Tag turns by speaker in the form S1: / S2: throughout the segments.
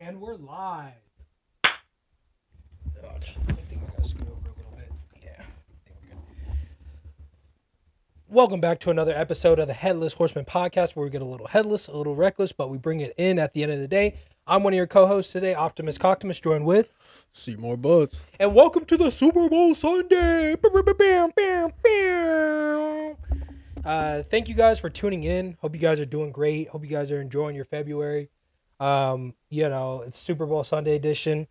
S1: And we're live.
S2: Oh, I think I gotta scoot over a little bit. Yeah, I think we're good. Welcome back to another episode of the Headless Horseman podcast, where we get a little headless, a little reckless, but we bring it in at the end of the day. I'm one of your co-hosts today, Optimus Coctimus, joined with,
S3: See more buds.
S2: and welcome to the Super Bowl Sunday. Bam, bam, bam, bam, bam. Uh, thank you guys for tuning in. Hope you guys are doing great. Hope you guys are enjoying your February. Um, you know, it's Super Bowl Sunday edition.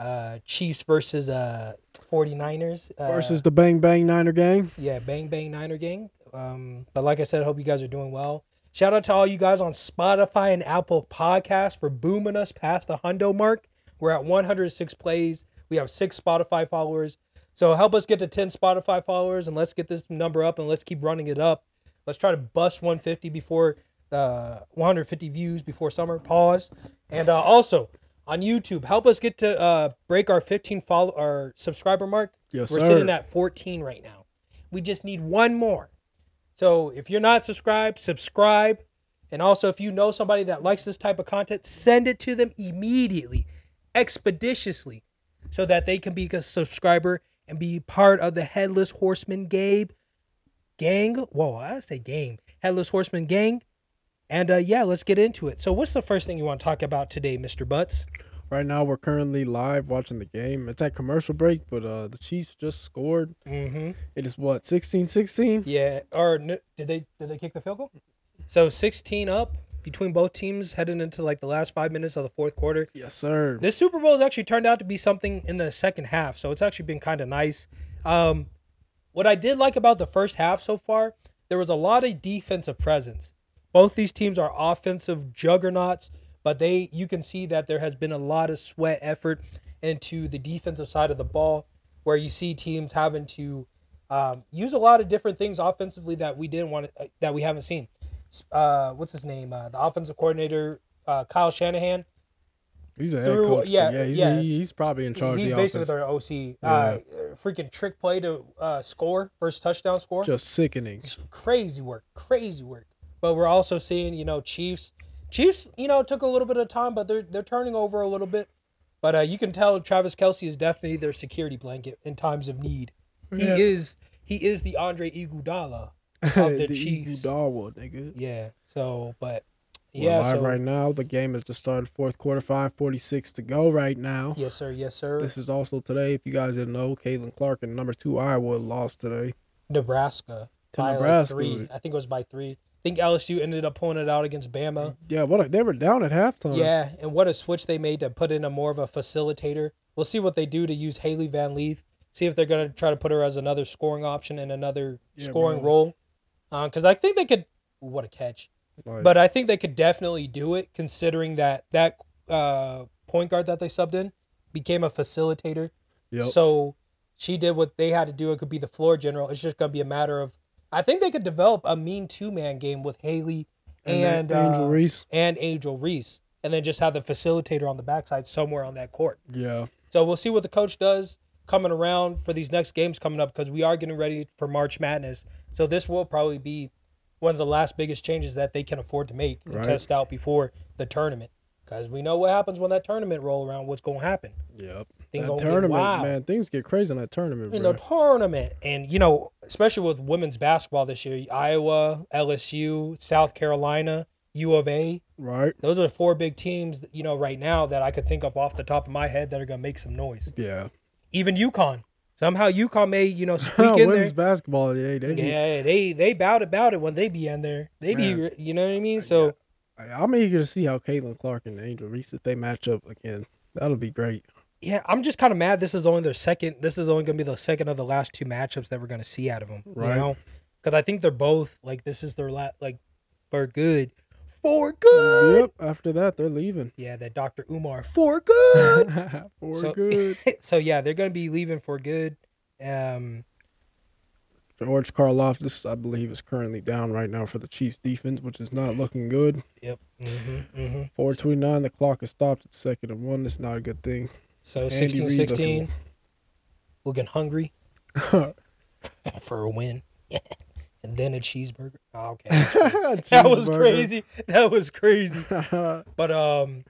S2: Uh, Chiefs versus uh 49ers. Uh,
S3: Versus the Bang Bang Niner gang.
S2: yeah, Bang Bang Niner Gang. Um, but like I said, hope you guys are doing well. Shout out to all you guys on Spotify and Apple Podcasts for booming us past the hundo mark. We're at 106 plays. We have six Spotify followers. So help us get to 10 Spotify followers and let's get this number up and let's keep running it up. Let's try to bust 150 before uh, 150 views before summer. Pause. And uh, also on YouTube, help us get to uh, break our 15 follow our subscriber mark.
S3: Yes,
S2: We're
S3: sir.
S2: sitting at 14 right now. We just need one more. So if you're not subscribed, subscribe. And also, if you know somebody that likes this type of content, send it to them immediately, expeditiously, so that they can be a subscriber and be part of the Headless Horseman Gabe gang. Whoa, I say gang. Headless Horseman gang. And uh, yeah, let's get into it. So, what's the first thing you want to talk about today, Mr. Butts?
S3: Right now, we're currently live watching the game. It's at commercial break, but uh, the Chiefs just scored.
S2: Mm-hmm.
S3: It is what, 16 16?
S2: Yeah, or n- did they did they kick the field goal? So sixteen up between both teams heading into like the last five minutes of the fourth quarter.
S3: Yes, sir.
S2: This Super Bowl has actually turned out to be something in the second half, so it's actually been kind of nice. Um, what I did like about the first half so far, there was a lot of defensive presence. Both these teams are offensive juggernauts, but they you can see that there has been a lot of sweat effort into the defensive side of the ball, where you see teams having to um, use a lot of different things offensively that we didn't want to, that we haven't seen. Uh, what's his name? Uh, the offensive coordinator, uh, Kyle Shanahan.
S3: He's a head
S2: through-
S3: coach.
S2: yeah,
S3: Yeah, yeah, he's,
S2: yeah.
S3: he- he's probably in charge
S2: He's
S3: of the
S2: basically
S3: offense.
S2: their OC. Uh, freaking trick play to uh, score, first touchdown score.
S3: Just sickening.
S2: crazy work, crazy work. But we're also seeing, you know, Chiefs. Chiefs, you know, took a little bit of time, but they're they're turning over a little bit. But uh, you can tell Travis Kelsey is definitely their security blanket in times of need. He
S3: Yeah.
S2: is he is the Andre Iguodala. Of the Chiefs.
S3: Iguodala, nigga.
S2: Yeah. So, but
S3: We're
S2: yeah.
S3: live
S2: so,
S3: right now. The game has just started fourth quarter, 546 to go right now.
S2: Yes, sir. Yes, sir.
S3: This is also today, if you guys didn't know, Caitlin Clark and number two Iowa lost today.
S2: Nebraska.
S3: To
S2: by like,
S3: Nebraska.
S2: three. I think it was by three. I think LSU ended up pulling it out against Bama.
S3: Yeah, what a, they were down at halftime.
S2: Yeah, and what a switch they made to put in a more of a facilitator. We'll see what they do to use Haley Van Leith. See if they're going to try to put her as another scoring option and another
S3: Yeah,
S2: scoring
S3: bro.
S2: role. Because I think they could. What a catch!
S3: Like,
S2: But I think they could definitely do it, considering that that uh, point guard that they subbed in became a facilitator.
S3: yep.
S2: So she did what they had to do. It could be the floor general. It's just going to be a matter of. I think they could develop a mean two man game with Haley and,
S3: then Angel
S2: uh,
S3: Reese.
S2: and Angel Reese, and then just have the facilitator on the backside somewhere on that court.
S3: Yeah,
S2: So we'll see what the coach does coming around for these next games coming up because we are getting ready for March Madness. So this will probably be one of the last biggest changes that they can afford to make and
S3: Right.
S2: test out before the tournament because we know what happens when that tournament roll around. What's going to happen
S3: yep.
S2: Things
S3: that
S2: gonna get
S3: tournament,
S2: wild.
S3: man, things get crazy in that tournament,
S2: in
S3: bro.
S2: the tournament, and you know, especially with women's basketball this year, Iowa, LSU, South Carolina, U of A.
S3: right?
S2: those are the four big teams you know right now that I could think of off the top of my head that are gonna make some noise.
S3: Yeah.
S2: Even UConn. Somehow UConn may you know squeak in there.
S3: Women's basketball, yeah, they be-
S2: Yeah, they they bowed about it when they be in there. They
S3: Man.
S2: be you know what I mean. So
S3: I- I'm eager to see how Caitlin Clark and Angel Reese if they match up again. That'll be great.
S2: yeah, I'm just kind of mad. This is only their second. This is only gonna be the second of the last two matchups that we're gonna see out of them.
S3: Right.
S2: You know, because I think they're both like this is their la- like for good, for good.
S3: Yep. After that, they're leaving.
S2: Yeah, that Dr. Umar for good.
S3: For
S2: So-
S3: good.
S2: so yeah, they're gonna be leaving for good. Um,
S3: George Karloff, this I believe is currently down right now for the Chiefs defense, which is not looking good.
S2: Yep. Mm-hmm, mm-hmm.
S3: 429, the clock is stopped at second and one. That's not a good thing.
S2: So
S3: Andy
S2: 16
S3: Reid
S2: 16. Looking hungry for a win. and then a cheeseburger. Oh, okay. that was
S3: Cheeseburger.
S2: crazy. That was crazy. But um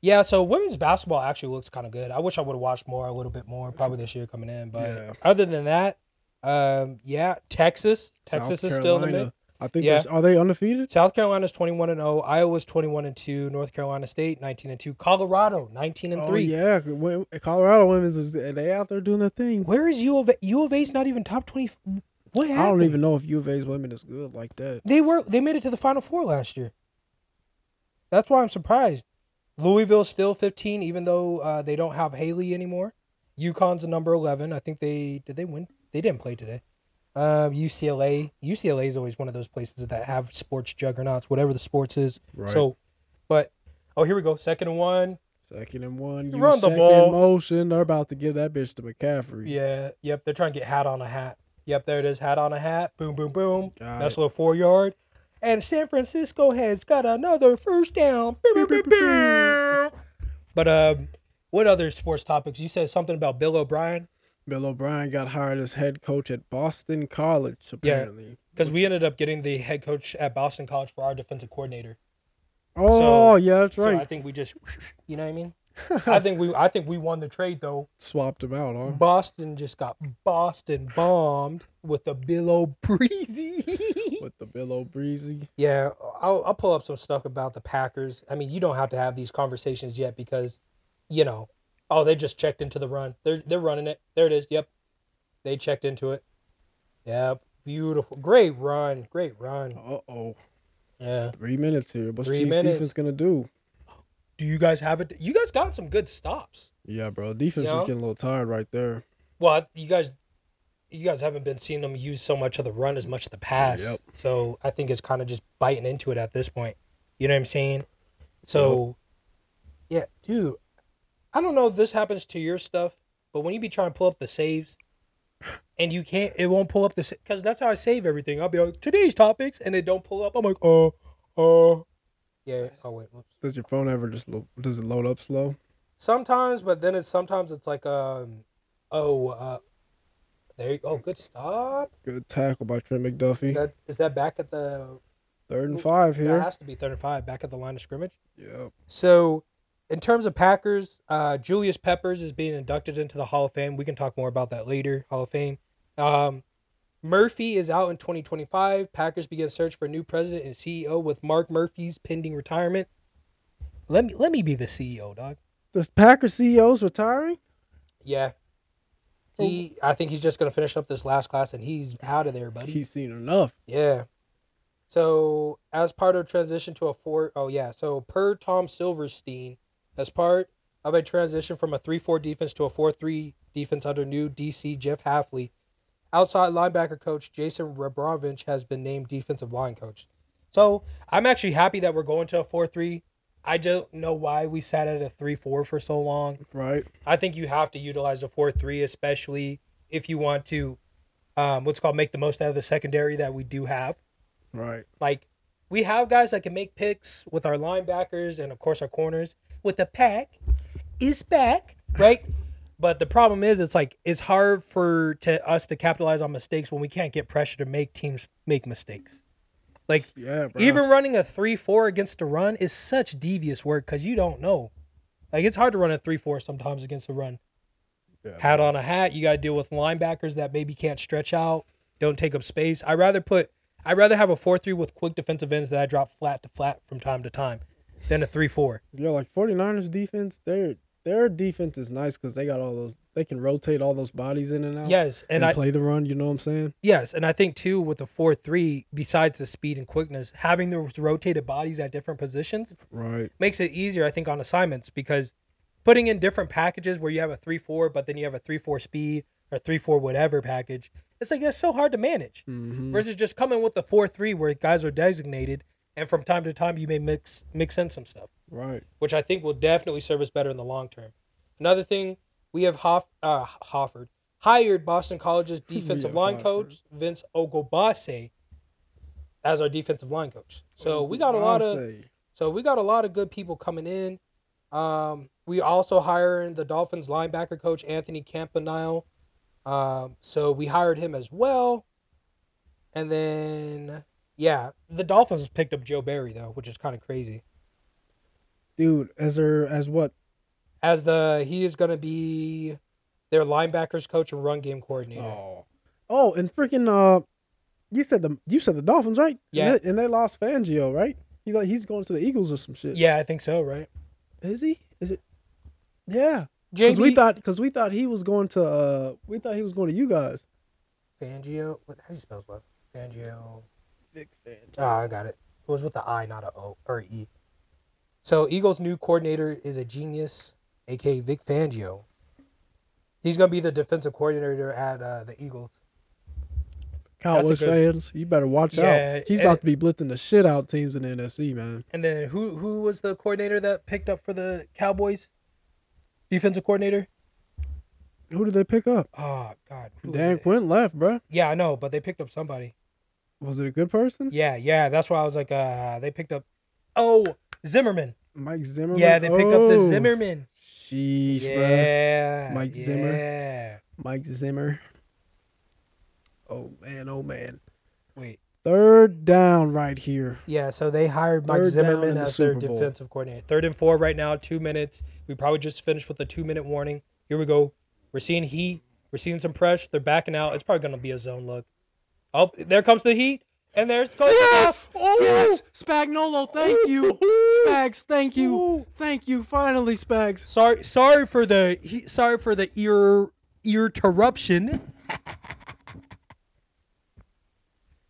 S2: Yeah, so women's basketball actually looks kind of good. I wish I would have watched more, a little bit more, probably this year coming in. But
S3: Yeah.
S2: other than that, um, yeah, Texas, Texas
S3: South
S2: is still in the
S3: Carolina.
S2: mix.
S3: I think
S2: Yeah.
S3: yeah. are they undefeated?
S2: South Carolina's twenty-one and zero. Iowa's twenty-one and two. North Carolina State nineteen and two. Colorado nineteen and
S3: Oh,
S2: three.
S3: yeah, Wo- Colorado women's is they out there doing their thing.
S2: Where is U of A? U of A's not even top twenty. What happened?
S3: I don't even know if U of A's women is good like that.
S2: They were. They made it to the Final Four last year. That's why I'm surprised. Louisville's still 15, even though uh, they don't have Haley anymore. UConn's a number 11. I think they did. They win. They didn't play today. Um, UCLA. UCLA is always one of those places that have sports juggernauts, whatever the sports is.
S3: Right.
S2: So, but oh, here we go. Second and one.
S3: Second and one,
S2: You
S3: you
S2: run the
S3: second
S2: ball.
S3: motion. They're about to give that bitch to McCaffrey.
S2: Yeah. Yep. They're trying to get hat on a hat. Yep. There it is. Hat on a hat. Boom. Boom. Boom.
S3: Got
S2: Nice
S3: it.
S2: little four yard. And San Francisco has got another first down. Boom, boom, boom, boom. But um, what other sports topics? You said something about Bill O'Brien
S3: Bill O'Brien got hired as head coach at Boston College. Apparently.
S2: because we ended up getting the head coach at Boston College for our defensive coordinator.
S3: Oh yeah, that's
S2: So I
S3: right.
S2: think we just, you know what I mean. I think we, I think we won the trade though.
S3: Swapped him out, huh?
S2: Boston just got Boston bombed with the Bill O'Breezy.
S3: With the Bill O'Breezy.
S2: Yeah, I'll, I'll pull up some stuff about the Packers. I mean, you don't have to have these conversations yet because, you know, oh, they just checked into the run. They're they're running it. There it is. Yep, they checked into it. Yep, beautiful, great run, great run.
S3: Uh oh.
S2: Yeah.
S3: Three minutes here. What's
S2: Three
S3: Chiefs
S2: minutes.
S3: defense gonna do?
S2: Do you guys have it? You guys got some good stops.
S3: Yeah, bro. Defense
S2: Yeah.
S3: is getting a little tired right there.
S2: Well, you guys, you guys haven't been seeing them use so much of the run as much of the pass.
S3: Yep.
S2: So I think it's kind of just biting into it at this point. You know what I'm saying? So, yeah, dude, I don't know if this happens to your stuff, but when you be trying to pull up the saves, and you can't, it won't pull up the because that's how I save everything. I'll be like today's topics, and it don't pull up. I'm like, oh, oh, yeah. Oh wait, whoops.
S3: Does your phone ever just lo- does it load up slow?
S2: Sometimes, but then it's sometimes it's like um, oh, uh, there you go. Good stop.
S3: Good tackle by Trent
S2: Is
S3: McDuffie.
S2: that is that back at the
S3: Third and five
S2: that
S3: here.
S2: has to be third and five back at the line of scrimmage.
S3: Yep.
S2: So in terms of Packers, uh, Julius Peppers is being inducted into the Hall of Fame. We can talk more about that later. Hall of Fame. Um, Murphy is out in 2025. Packers begin search for a new president and CEO with Mark Murphy's pending retirement. Let me let me be the CEO, dog.
S3: The Packers CEO's retiring.
S2: Yeah. He, I think he's just gonna finish up this last class, and he's out of there, buddy.
S3: He's seen enough.
S2: Yeah. So as part of transition to a four oh yeah, so per Tom Silverstein, as part of a transition from a three four defense to a four three defense under new DC Jeff Halfley, outside linebacker coach Jason Rebrovich has been named defensive line coach. So I'm actually happy that we're going to a four three. I don't know why we sat at a three four for so long.
S3: Right.
S2: I think you have to utilize a four three, especially if you want to um, what's called make the most out of the secondary that we do have.
S3: Right.
S2: Like we have guys that can make picks with our linebackers and of course our corners. With the pack is back, right? But the problem is, it's like it's hard for to us to capitalize on mistakes when we can't get pressure to make teams make mistakes. Like
S3: Yeah, bro.
S2: even running a three four against the run is such devious work because you don't know. Like it's hard to run a three four sometimes against the run.
S3: Yeah.
S2: Hat on a hat, you got to deal with linebackers that maybe can't stretch out, don't take up space. I rather put, I rather have a four three with quick defensive ends that I drop flat to flat from time to time, than a three four.
S3: Yeah, like 49ers defense, their their defense is nice because they got all those they can rotate all those bodies in and out.
S2: Yes,
S3: And,
S2: and I
S3: play the run, you know what I'm saying?
S2: yes, and I think too with the four three, besides the speed and quickness, having those rotated bodies at different positions
S3: Right.
S2: makes it easier, I think, on assignments because putting in different packages where you have a three four, but then you have a three four speed or three four whatever package, it's like that's so hard to manage. Versus just coming with the four three where guys are designated and from time to time you may mix mix in some stuff,
S3: Right.
S2: which I think will definitely serve us better in the long term. Another thing, we have Hoff uh Hofford hired Boston College's defensive
S3: have
S2: line
S3: Hofford.
S2: coach Vince Ogobase as our defensive line coach. So we got a lot
S3: I
S2: of
S3: say,
S2: so we got a lot of good people coming in. Um, we also hiring the Dolphins linebacker coach Anthony Campanile. Um, so we hired him as well. And then yeah, the Dolphins picked up Joe Barry though, which is kind of crazy.
S3: dude, as their as what?
S2: As the he is going to be their linebackers coach and run game coordinator.
S3: Oh, oh, and freaking uh, you said the you said the Dolphins, right?
S2: Yeah.
S3: and they, and they lost Fangio, right? He like he's going to the Eagles or some shit.
S2: Yeah, I think so, right?
S3: is he? Is it? Yeah, because
S2: JB
S3: we thought because we thought he was going to uh we thought he was going to you guys.
S2: Fangio. What, how do you spell his last? Fangio.
S3: Big Fangio.
S2: Ah, I got it. It was with the I, not a O or E. So Eagles' new coordinator is a genius, aka Vic Fangio. He's gonna be the defensive coordinator at uh, the Eagles.
S3: Cowboys
S2: that's a good-
S3: fans, you better watch
S2: Yeah, eh.
S3: out. He's
S2: and-
S3: about to be blitzing the shit out teams in the NFC, man.
S2: And then who who was the coordinator that picked up for the Cowboys? Defensive coordinator.
S3: Who did they pick up?
S2: Oh God. who was
S3: Dan
S2: it?
S3: Quinn left, bruh.
S2: Yeah, I know, but they picked up somebody.
S3: Was it a good person?
S2: Yeah, yeah. That's why I was like, uh, they picked up. Oh, Zimmerman.
S3: Mike Zimmerman.
S2: Yeah, they picked up the
S3: Oh,
S2: Zimmerman.
S3: Sheesh, bruh.
S2: yeah,
S3: Mike Zimmer.
S2: Yeah.
S3: Mike Zimmer. Oh man, oh man.
S2: Wait.
S3: Third down right here.
S2: Yeah, so they hired Mike
S3: Third down in
S2: Zimmerman
S3: the
S2: as their
S3: Super Bowl.
S2: defensive coordinator. Third and four right now, two minutes. We probably just finished with a two minute warning. Here we go. We're seeing heat. We're seeing some pressure. They're backing out. It's probably gonna be a zone look. Oh, there comes the heat, and there's goes
S3: Yes!
S2: the ball.
S3: Yes! Spagnolo, thank you. Spags, thank you.
S2: Ooh.
S3: Thank you. Finally, Spags.
S2: Sorry, sorry for the he- sorry for the ear ear interruption.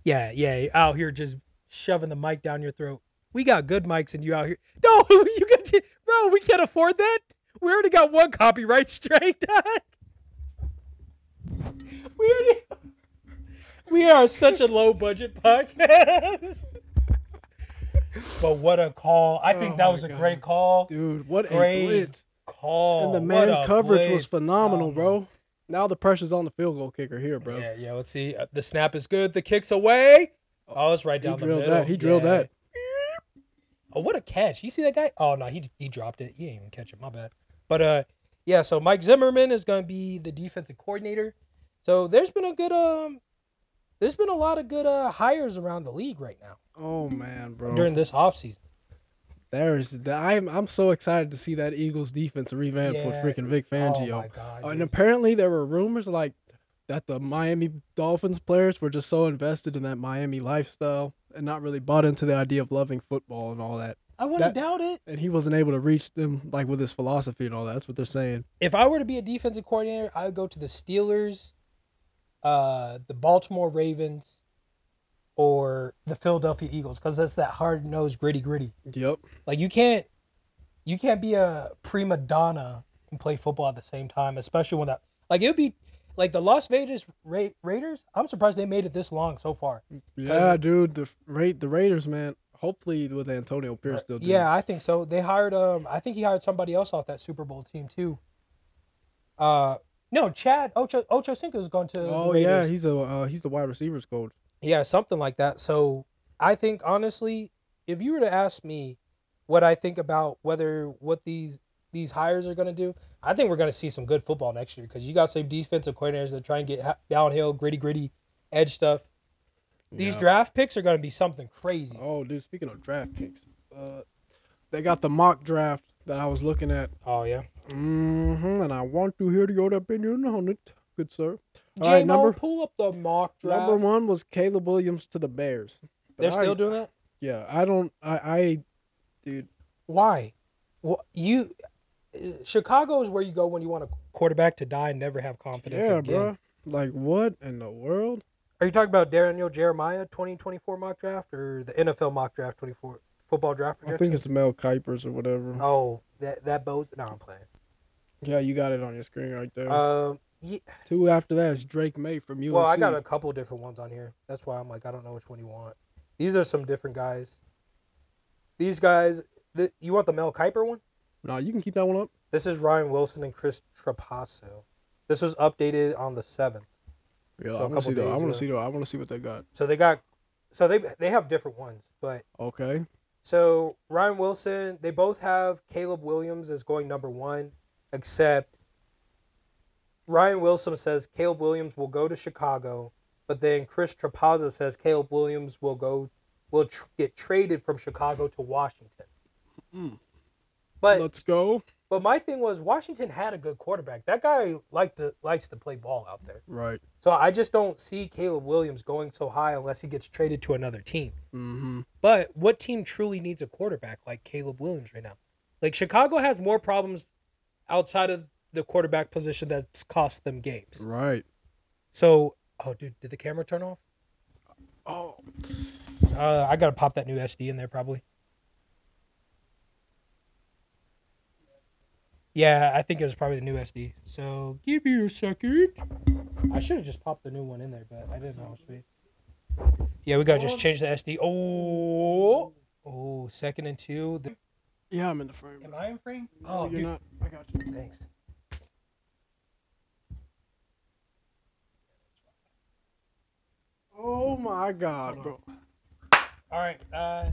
S2: yeah, yeah, out here just shoving the mic down your throat. We got good mics, and you out here. No, you got your- bro. We can't afford that. We already got one copyright strike. we already, we are such a low budget podcast. but what a call! I think
S3: Oh
S2: that
S3: my
S2: was a
S3: God.
S2: great call
S3: Dude, what a
S2: Great
S3: blitz.
S2: call.
S3: And the
S2: What
S3: man
S2: a
S3: coverage was
S2: blitz.
S3: phenomenal,
S2: Um,
S3: bro. Now the pressure's on the field goal kicker here, bro.
S2: Yeah, yeah. Let's see. Uh, The snap is good. The kick's away. Oh, it's right
S3: He
S2: down the
S3: drilled
S2: middle.
S3: that. He drilled
S2: Yeah.
S3: that.
S2: Oh, what a catch! You see that guy? Oh no, he he dropped it. He didn't even catch it. My bad. But uh, yeah. So Mike Zimmerman is going to be the defensive coordinator. So there's been a good um, there's been a lot of good uh hires around the league right now
S3: Oh man, bro.
S2: during this offseason.
S3: There's the, I'm I'm so excited to see that Eagles defense revamp with
S2: Yeah.
S3: freaking Vic Fangio.
S2: Oh my god.
S3: and
S2: dude.
S3: apparently there were rumors like that the Miami Dolphins players were just so invested in that Miami lifestyle and not really bought into the idea of loving football and all that.
S2: I wouldn't
S3: that-
S2: doubt it.
S3: And he wasn't able to reach them like with his philosophy and all that. That's what they're saying.
S2: if I were to be a defensive coordinator, I would go to the Steelers, uh, the Baltimore Ravens, or the Philadelphia Eagles because that's that hard nosed, gritty, gritty.
S3: Yep.
S2: Like you can't, you can't be a prima donna and play football at the same time, especially when that like it would be like the Las Vegas Ra- Raiders. I'm surprised they made it this long so far.
S3: Yeah, dude. The Ra- the Raiders, man. Hopefully with Antonio Pierce still. doing
S2: Yeah, I think so. They hired um I think he hired somebody else off that Super Bowl team too. Uh no, Chad Ocho Ocho Cinco's going to the
S3: Oh
S2: Raiders.
S3: yeah, he's a uh, he's the wide receivers coach.
S2: Yeah, something like that. So I think honestly, if you were to ask me what I think about whether what these these hires are going to do, I think we're going to see some good football next year because you got some defensive coordinators that try and get ha- downhill, gritty, gritty, edge stuff. These
S3: Yeah.
S2: draft picks are going to be something crazy.
S3: Oh, dude. Speaking of draft picks, uh, they got the mock draft that I was looking at
S2: Oh yeah,
S3: Mm-hmm, and I want to hear your opinion on it, good sir. All right,
S2: J-Mo,
S3: number
S2: pull up the mock draft.
S3: number one was Caleb Williams to the Bears. But
S2: They're
S3: I-
S2: still doing that.
S3: Yeah, I don't. I, I dude,
S2: Why? Well, you Chicago is where you go when you want a quarterback to die and never have confidence
S3: yeah,
S2: again.
S3: bro. Like, what in the world?
S2: Are you talking about Daniel Jeremiah 2024 mock draft or the NFL mock draft 24 football draft
S3: I
S2: projection?
S3: think it's Mel Kuypers or whatever.
S2: oh, that that bodes. No, I'm playing.
S3: Yeah, you got it on your screen right there.
S2: Um, ye-
S3: Two after that is Drake May from UNC.
S2: well, I got a couple different ones on here. That's why I'm like, I don't know which one you want. These are some different guys. These guys, th- you want the Mel Kiper one?
S3: No, you can keep that one up.
S2: This is Ryan Wilson and Chris Trapasso. This was updated on the seventh. So
S3: Yeah,
S2: a
S3: I want to
S2: couple
S3: see that.
S2: days
S3: I want
S2: ago.
S3: to see that. I want to see what they got.
S2: So they got, so they they have different ones, but
S3: Okay.
S2: So Ryan Wilson, they both have Caleb Williams as going number one, except Ryan Wilson says Caleb Williams will go to Chicago, but then Chris Trapazzo says Caleb Williams will go will tr- get traded from Chicago to Washington. But
S3: Let's go.
S2: but my thing was Washington had a good quarterback. That guy liked to likes to play ball out there.
S3: Right.
S2: So I just don't see Caleb Williams going so high unless he gets traded to another team.
S3: Mm-hmm.
S2: But what team truly needs a quarterback like Caleb Williams right now? Like Chicago has more problems outside of the quarterback position that's cost them games.
S3: Right.
S2: So, oh dude, did the camera turn off?
S3: Oh.
S2: Uh, I gotta pop that new SD in there probably. Yeah, I think it was probably the new SD. So give me a second. I should have just popped the new one in there, but I didn't know it was Yeah, we gotta just change the SD. Oh, oh, second and two. The-
S3: Yeah, I'm in the frame.
S2: Am I in frame?
S3: Oh,
S2: Oh,
S3: you're
S2: dude.
S3: not. I got you.
S2: Thanks.
S3: Oh my God,
S2: Hold
S3: bro.
S2: All right, uh,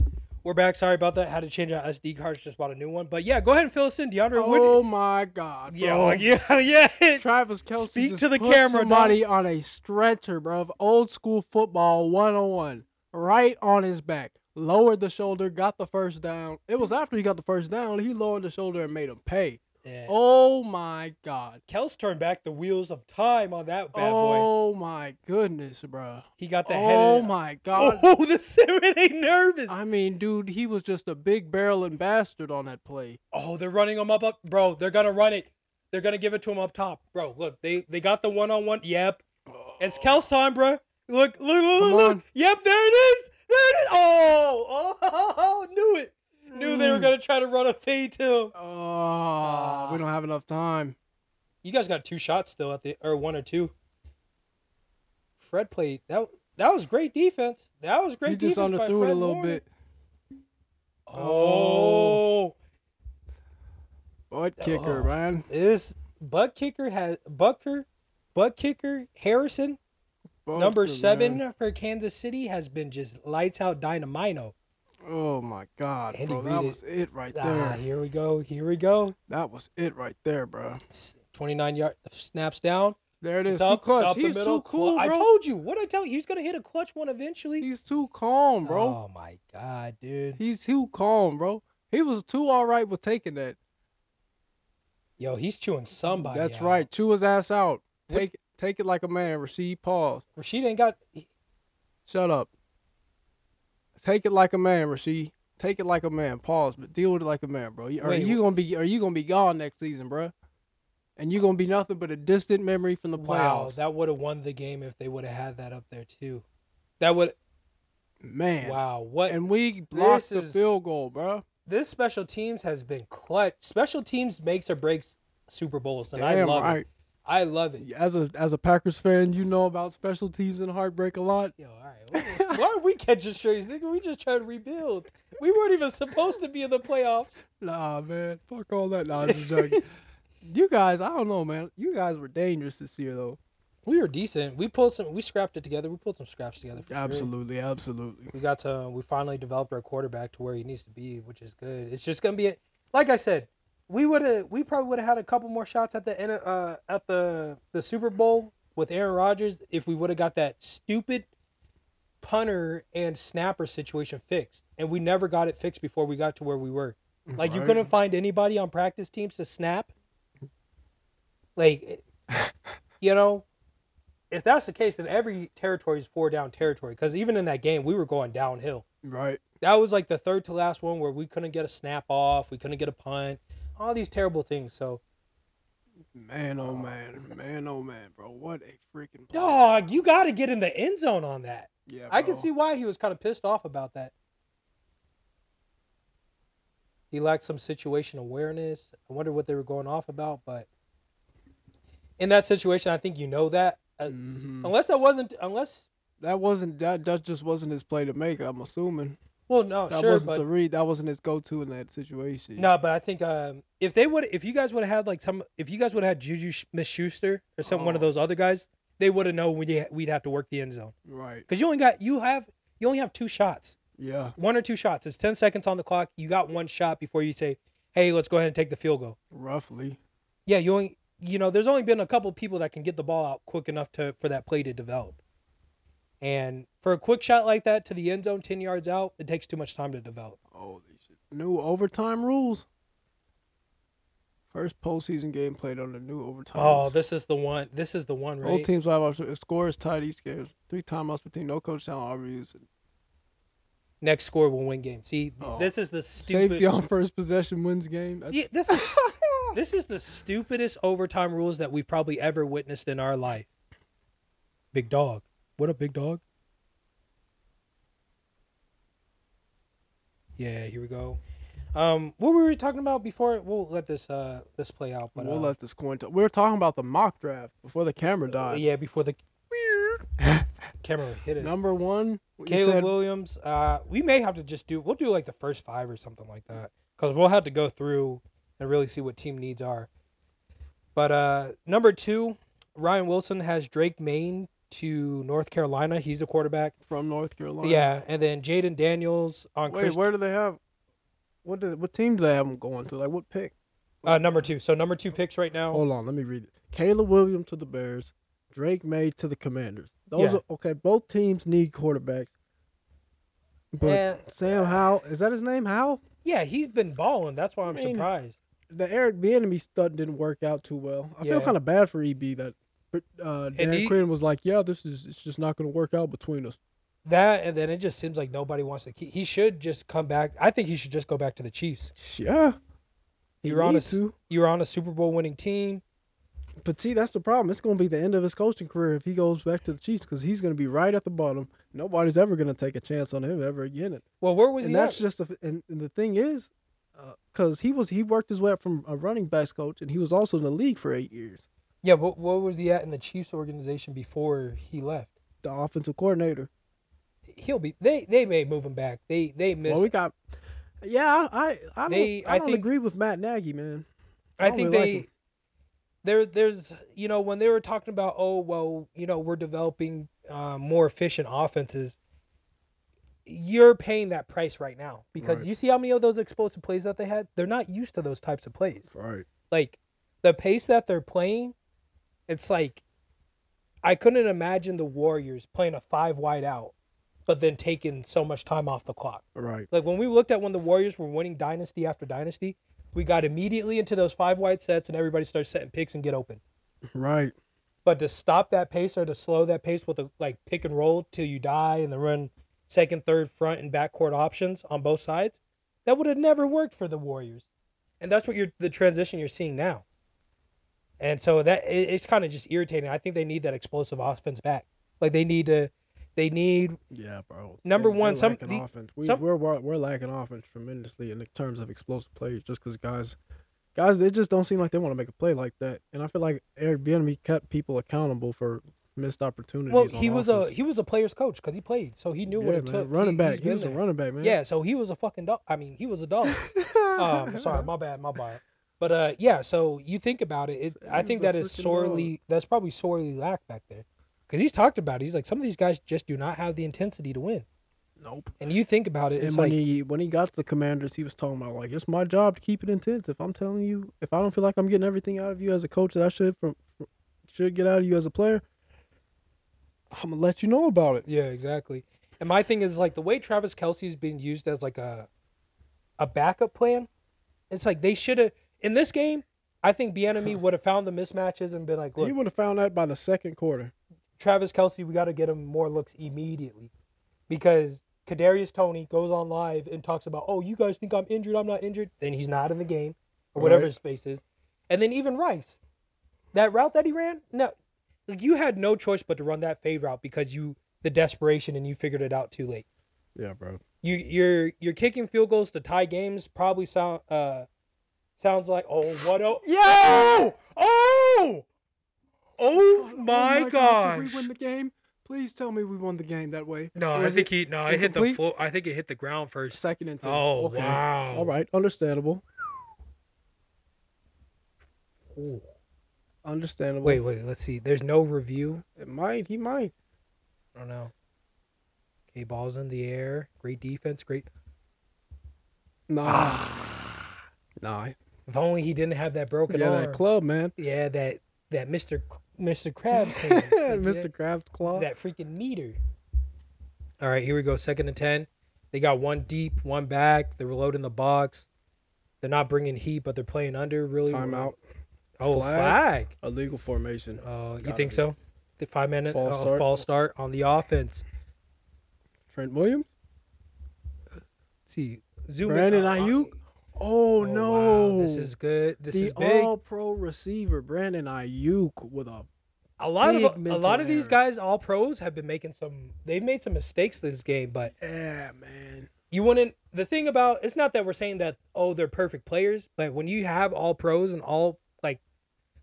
S2: we're back. Sorry about that. Had to change out SD cards. Just bought a new one. But yeah, go ahead and fill us in, DeAndre.
S3: Oh
S2: what,
S3: my God, bro.
S2: yeah, like, yeah, yeah.
S3: Travis Kelsey
S2: Speak
S3: just
S2: to the
S3: put
S2: camera,
S3: somebody on a stretcher, bro. of Old school football 101. Right on his back. Lowered the shoulder, got the first down. It was after he got the first down, he lowered the shoulder and made him pay.
S2: Yeah.
S3: Oh my God.
S2: Kels turned back the wheels of time on that bad boy.
S3: oh my goodness, bro.
S2: He got the head.
S3: Oh
S2: in-
S3: my God.
S2: Oh, the Sarah, they nervous.
S3: I mean, dude, he was just a big barreling bastard on that play.
S2: Oh, they're running him up, up, bro. They're gonna run it. They're gonna give it to him up top, bro. Look, they they got the one on one. Yep, it's Kels time, bro. Look, look, look,
S3: Oh. Come
S2: look, look.
S3: on.
S2: Yep, there it is. There it is. Oh, oh, knew it. Knew they were
S3: Mm.
S2: gonna try to run a fade to him.
S3: Oh, we don't have enough time.
S2: You guys got two shots still at the or one or two. Fred played that. That was great defense. That was great
S3: he just
S2: defense. by
S3: underthrew it a
S2: Fred
S3: little
S2: Warner.
S3: bit.
S2: Oh,
S3: Butt kicker,
S2: Oh.
S3: man.
S2: this butt kicker has Bucker, butt kicker Harrison,
S3: Butt
S2: number
S3: kicker,
S2: seven
S3: man.
S2: for Kansas City has been just lights out dynamino.
S3: Oh my God,
S2: Andy
S3: bro,
S2: Reid
S3: that
S2: it.
S3: was it right
S2: Ah,
S3: there.
S2: here we go. Here we go.
S3: That was it right there, bro.
S2: Twenty nine yard snaps down.
S3: There it
S2: It's
S3: is. Too
S2: up,
S3: clutch.
S2: up the
S3: He's
S2: middle.
S3: too cool,
S2: I
S3: bro.
S2: told you. What I tell you, he's gonna hit a clutch one eventually.
S3: He's too calm, bro.
S2: Oh my god, dude.
S3: He's too calm, bro. He was too all right with taking that.
S2: Yo, he's chewing somebody.
S3: That's
S2: out.
S3: right. Chew his ass out.
S2: Oh, What-
S3: Take take it like a man. Receive. Pause.
S2: Rashid ain't got.
S3: Shut up. Take it like a man, Rasheed. Take it like a man. Pause, but deal with it like a man, bro. You- Are
S2: Wait,
S3: you gonna be? Are you gonna be gone next season, bro? And you gonna be nothing but a distant memory from the
S2: Wow,
S3: playoffs,
S2: that would have won the game if they would have had that up there too. That would.
S3: man.
S2: Wow, what
S3: And we blocked the
S2: is-
S3: field goal, bro.
S2: this special teams has been clutch. Special teams makes or breaks Super Bowls, and I
S3: Damn
S2: love
S3: right.
S2: it. I love it.
S3: As a as a Packers fan, you know about special teams and heartbreak a lot.
S2: Yo, all right. Why are we catching strays? Nigga, we just trying to rebuild. We weren't even supposed to be in the playoffs.
S3: Nah, man. Fuck all that. Nah, I'm just joking. You guys, I don't know, man. You guys were dangerous this year, though.
S2: We were decent. We pulled some. We scrapped it together. We pulled some scraps together. For Sure.
S3: Absolutely, absolutely.
S2: We got to. We finally developed our quarterback to where he needs to be, which is good. It's just gonna be. A, like I said, we would have. We probably would have had a couple more shots at the end. of, Uh, at the the Super Bowl with Aaron Rodgers if we would have got that stupid punter and snapper situation fixed, and we never got it fixed before we got to where we were. Like you
S3: Right.
S2: couldn't find anybody on practice teams to snap. Like, it- you know, if that's the case, then every territory is four down territory. Because even in that game, we were going downhill.
S3: Right.
S2: That was like the third to last one where we couldn't get a snap off, we couldn't get a punt, all these terrible things. So,
S3: Man, oh man, man, oh man, bro! What a freaking play.
S2: dog, you got to get in the end zone on that.
S3: Yeah,
S2: I can
S3: bro.
S2: see why he was kind of pissed off about that. He lacked some situation awareness. I wonder what they were going off about, but in that situation, I think you know that. Uh,
S3: Mhm.
S2: Unless that wasn't, unless,
S3: That wasn't that. That just wasn't his play to make. I'm assuming
S2: well, no,
S3: that
S2: sure,
S3: wasn't
S2: but
S3: the read. That wasn't his go-to in that situation.
S2: no, but I think um, if they would, if you guys would have had like some, if you guys would have had Juju Smith Schuster or some one of
S3: Oh.
S2: those other guys, they would have known we'd, we'd have to work the end zone
S3: Right.
S2: because you only got you have you only have two shots.
S3: Yeah.
S2: one or two shots. It's 10 seconds on the clock. You got one shot before you say, hey, let's go ahead and take the field goal.
S3: Roughly.
S2: Yeah, you only, you know, there's only been a couple people that can get the ball out quick enough to for that play to develop. And for a quick shot like that to the end zone 10 yards out, it takes too much time to develop.
S3: Holy shit. New overtime rules. First postseason game played on the new overtime.
S2: Oh, this is the one. This is the one,
S3: Both
S2: right?
S3: teams will have our scores tied each game. Three timeouts between no coach down RBUs.
S2: Next score will win game. See,
S3: Oh.
S2: this is the
S3: Safety
S2: stupid.
S3: on first possession wins game. That's-
S2: Yeah, this is this is the stupidest overtime rules that we probably ever witnessed in our life. Big dog. What up, big dog? Yeah, here we go. Um, what were we talking about before? We'll let this uh this play out, but
S3: we'll
S2: uh,
S3: let this coin. T- we were talking about the mock draft before the camera died.
S2: yeah, before the camera hit us.
S3: Number one, what you
S2: Caleb
S3: said,
S2: Williams. Uh, we may have to just do. We'll do like the first five or something like that, because we'll have to go through and really see what team needs are. But uh, number two, Ryan Wilson has Drake Maine to North Carolina. He's the quarterback.
S3: from North Carolina.
S2: Yeah, and then Jaden Daniels on
S3: Wait,
S2: Christ-
S3: where do they have? What did, what team do they have them going to? Like what pick?
S2: uh, number two. So number two picks right now.
S3: Hold on, let me read it. Caleb Williams to the Bears, Drake May to the Commanders. Those
S2: Yeah.
S3: are okay. Both teams need quarterbacks. But
S2: Yeah.
S3: Sam Howell is that his name? Howell?
S2: Yeah, he's been balling. That's why I'm
S3: I mean-
S2: surprised.
S3: The Eric Bieniemy stunt didn't work out too well. I feel
S2: Yeah.
S3: kind of bad for EB that uh, Dan
S2: he-
S3: Quinn was like, "Yeah, this is it's just not going to work out between us."
S2: That and then it just seems like nobody wants to keep. He should just come back. I think he should just go back to the Chiefs.
S3: Yeah, He
S2: You're on a
S3: needs
S2: s-
S3: to.
S2: you're on a Super Bowl winning team.
S3: But see, that's the problem. It's going to be the end of his coaching career if he goes back to the Chiefs because he's going to be right at the bottom. Nobody's ever going to take a chance on him ever again.
S2: Well, where was
S3: and
S2: he? at?
S3: that's just the and, and the thing is, because he was he worked his way up from a running backs coach, and he was also in the league for eight years,
S2: Yeah, but what was he at in the Chiefs organization before he left?
S3: the offensive coordinator.
S2: He'll be they they may move him back. They they miss.
S3: Well, we got, yeah, I I, I don't
S2: They-
S3: I
S2: I
S3: don't
S2: think-
S3: agree with Matt Nagy, man.
S2: I
S3: don't
S2: think
S3: really like
S2: they
S3: him.
S2: there there's you know when they were talking about oh well you know we're developing uh, more efficient offenses. You're paying that price right now because
S3: Right.
S2: you see how many of those explosive plays that they had. They're not used to those types of plays.
S3: Right.
S2: Like the pace that they're playing, it's like I couldn't imagine the Warriors playing a five wide out, but then taking so much time off the clock.
S3: Right.
S2: Like when we looked at when the Warriors were winning dynasty after dynasty, we got immediately into those five wide sets and everybody starts setting picks and get open.
S3: Right.
S2: But to stop that pace or to slow that pace with a like pick and roll till you die and then run second, third, front, and backcourt options on both sides, that would have never worked for the Warriors. And that's what you're the transition you're seeing now. And so that it, it's kind of just irritating. I think they need that explosive offense back. Like they need to they need
S3: Yeah, bro.
S2: Number
S3: We're
S2: one, some-
S3: lacking
S2: the-
S3: offense. We,
S2: some-
S3: we're, we're we're lacking offense tremendously in terms of explosive plays, just because guys, guys, it just don't seem like they want to make a play like that. And I feel like Eric Bieniemy kept people accountable for missed opportunities.
S2: well,
S3: on
S2: he was a
S3: offense.
S2: he was a player's coach because he played, so he knew
S3: yeah,
S2: what it
S3: man,
S2: took.
S3: running
S2: He-
S3: back.
S2: he's
S3: He
S2: been
S3: was a
S2: there.
S3: running back, man.
S2: Yeah, so he was a fucking dog. I mean, he was a dog. um, sorry, my bad, my bad. But uh, yeah, so you think about it, it I
S3: He's
S2: think
S3: a
S2: that is
S3: freaking
S2: sorely that's probably sorely lacked back there, because he's talked about it. He's like some of these guys just do not have the intensity to win,
S3: Nope.
S2: and you think about it,
S3: And
S2: it's
S3: when
S2: like
S3: he when he got to the Commanders, he was talking about like it's my job to keep it intense. If I'm telling you, if I don't feel like I'm getting everything out of you as a coach that I should from should get out of you as a player, I'm gonna let you know about it.
S2: yeah, exactly. And my thing is like the way Travis Kelsey's been used as like a a backup plan, it's like they should have in this game. I think Bienemy would have found the mismatches and been like, look,
S3: He would have found out by the second quarter.
S2: Travis Kelsey, we got to get him more looks immediately because Kadarius Tony goes on live and talks about, oh, you guys think I'm injured? I'm not injured. Then he's not in the game or whatever
S3: Right.
S2: his face is. And then even Rice, that route that he ran, no, like you had no choice but to run that fade route because you the desperation and you figured it out too late.
S3: Yeah, bro.
S2: You you're you're kicking field goals to tie games probably sound uh sounds like oh what oh yo oh oh my, gosh.
S3: Did we win the game? Please tell me we won the game that way.
S2: No,
S3: Or
S2: I
S3: is
S2: think
S3: it
S2: he no, it hit the
S3: incomplete?
S2: floor. I think it hit the ground first.
S3: second and ten.
S2: Oh
S3: Okay.
S2: wow!
S3: All right, understandable. Understandable.
S2: Wait, wait. Let's see. There's no review.
S3: it might he might.
S2: I don't know. Okay, balls in the air. Great defense. Great.
S3: Nah, nah.
S2: If only he didn't have Ah. that broken
S3: Yeah,
S2: arm.
S3: that club, man.
S2: yeah, that that Mr. C- Mr. Krabs hand.
S3: Mr. Krabs claw.
S2: That freaking meter. All right, here we go. Second and ten. They got one deep, one back. They're reloading the box. They're not bringing heat, but they're playing under really.
S3: Timeout.
S2: Oh, flag.
S3: Flag. Illegal formation.
S2: Uh, you
S3: Gotta
S2: think
S3: be.
S2: so? The five minute
S3: False
S2: uh,
S3: start.
S2: false start on the offense.
S3: Trent Williams.
S2: Let's see, zoom
S3: Brandon
S2: in. on-
S3: Ayuk? Oh,
S2: wow,
S3: no!
S2: this is good. This
S3: the
S2: is big.
S3: All-Pro receiver Brandon Ayuk with a
S2: a lot
S3: big
S2: of a
S3: mental
S2: lot of these
S3: error.
S2: guys, all pros, have been making some. They've made some mistakes this game, but
S3: yeah, man.
S2: you wouldn't the thing about it's not that we're saying that oh they're perfect players but when you have all pros and all like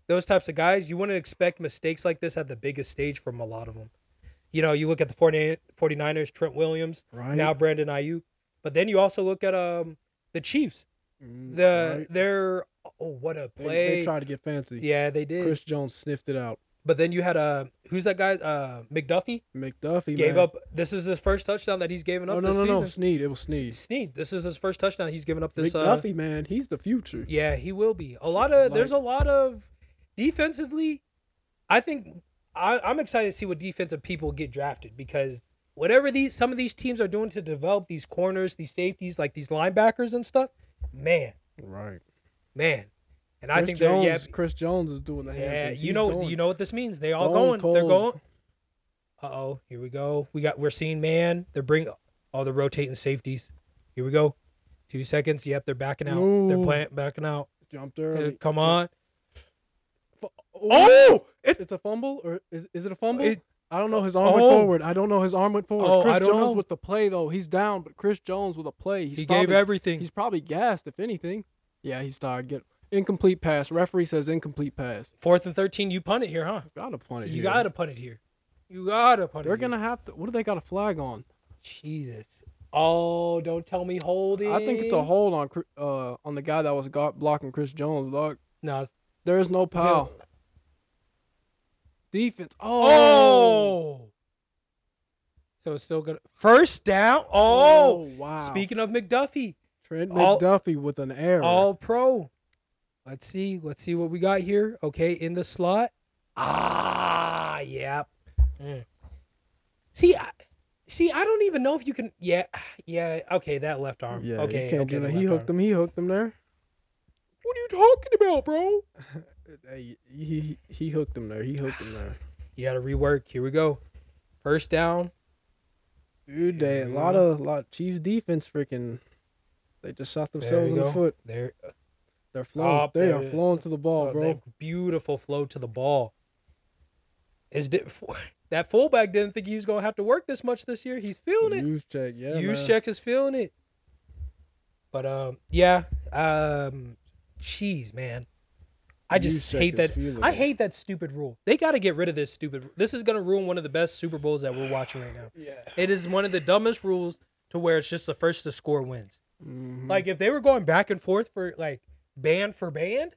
S2: those types of guys you wouldn't expect mistakes like this at the biggest stage from a lot of them you know you look at the 49 49ers trent williams
S3: Right
S2: now brandon ayuk but then you also look at um the chiefs
S3: Mm,
S2: the
S3: right.
S2: their oh what a
S3: They-
S2: play
S3: They, tried to get fancy.
S2: yeah they did
S3: Chris Jones sniffed it out.
S2: but then you had uh who's that guy uh mcduffie
S3: McDuffie
S2: gave
S3: man. Oh,
S2: up this is his first touchdown that he's given up
S3: No, no,
S2: this
S3: no, no.
S2: season
S3: Sneed. It was Sneed.
S2: Sneed. This is his first touchdown he's given up this uh,
S3: McDuffie, man, he's the future.
S2: Yeah, he will be. A lot of there's a lot of defensively. I think I, I'm excited to see what defensive people get drafted because whatever these some of these teams are doing to develop these corners, these safeties, like these linebackers and stuff, man,
S3: Right.
S2: man, and
S3: Chris
S2: I think
S3: Jones.
S2: they're
S3: Chris Jones is doing the
S2: yeah,
S3: hand
S2: yeah.
S3: things.
S2: You
S3: He's
S2: know,
S3: going.
S2: you know what this means. They all
S3: Stone
S2: going. They're
S3: cold.
S2: going. Uh oh, here we go. We got we're seeing man. They're bring all the rotating safeties. Here we go. Two seconds. Yep, they're backing out. They're
S3: Move.
S2: playing backing out.
S3: Jumped
S2: Uh,
S3: early.
S2: Come on.
S3: Fu-
S2: Oh! It-
S3: it's a fumble or is is it a fumble?
S2: It-
S3: I don't know. His arm went
S2: Oh.
S3: forward. I don't know. His arm went forward.
S2: Oh,
S3: Chris
S2: I don't
S3: Jones
S2: know.
S3: with the play though. He's down, but Chris Jones with a play. He's
S2: he
S3: probably,
S2: gave everything.
S3: He's probably gassed if anything. Yeah, he's tired. Get incomplete pass. Referee says incomplete pass.
S2: Fourth and thirteen, you punt it here, huh?
S3: Gotta punt it.
S2: You
S3: here.
S2: gotta punt it here. You gotta punt
S3: They're
S2: it. here.
S3: gonna have to. What do they got a flag on?
S2: Jesus. Oh, don't tell me holding.
S3: I think it's a hold on Chri- uh on the guy that was guard blocking Chris Jones. Dog.
S2: No. it's-
S3: There is no pal. Defense. Oh.
S2: Oh. So it's still gonna first down. Oh.
S3: wow.
S2: Speaking of McDuffie,
S3: Trent
S2: all-
S3: McDuffie with an error.
S2: all pro. Let's see. Let's see what we got here. Okay, in the slot. Ah, yep. Mm. See, I, see, I don't even know if you can. Yeah, yeah. Okay, that left arm.
S3: Yeah,
S2: okay,
S3: you can't
S2: okay,
S3: do
S2: the
S3: that. He
S2: left arm.
S3: hooked him. He hooked him there.
S2: What are you talking about, bro?
S3: Hey, he he hooked him there. He hooked him there.
S2: You got to rework. Here we go. First down.
S3: Dude, they a lot of lot Chiefs defense freaking. They just shot
S2: There
S3: themselves
S2: you
S3: in the
S2: go.
S3: foot.
S2: There.
S3: They're flowing.
S2: Up
S3: they
S2: there.
S3: are flowing to the ball,
S2: oh,
S3: bro.
S2: that beautiful flow to the ball. Is di- that fullback didn't think he was gonna have to work this much this year? He's feeling it.
S3: Use check, yeah.
S2: Use
S3: man.
S2: check is feeling it. But um, yeah. Um, jeez, man. I just
S3: Juszczyk
S2: hate
S3: is
S2: that.
S3: feeling
S2: I
S3: it.
S2: hate that stupid rule. They got to get rid of this stupid. This is gonna ruin one of the best Super Bowls that we're watching right now.
S3: Yeah.
S2: It is one of the dumbest rules to where it's just the first to score wins.
S3: Mhm.
S2: Like if they were going back and forth for like band for band,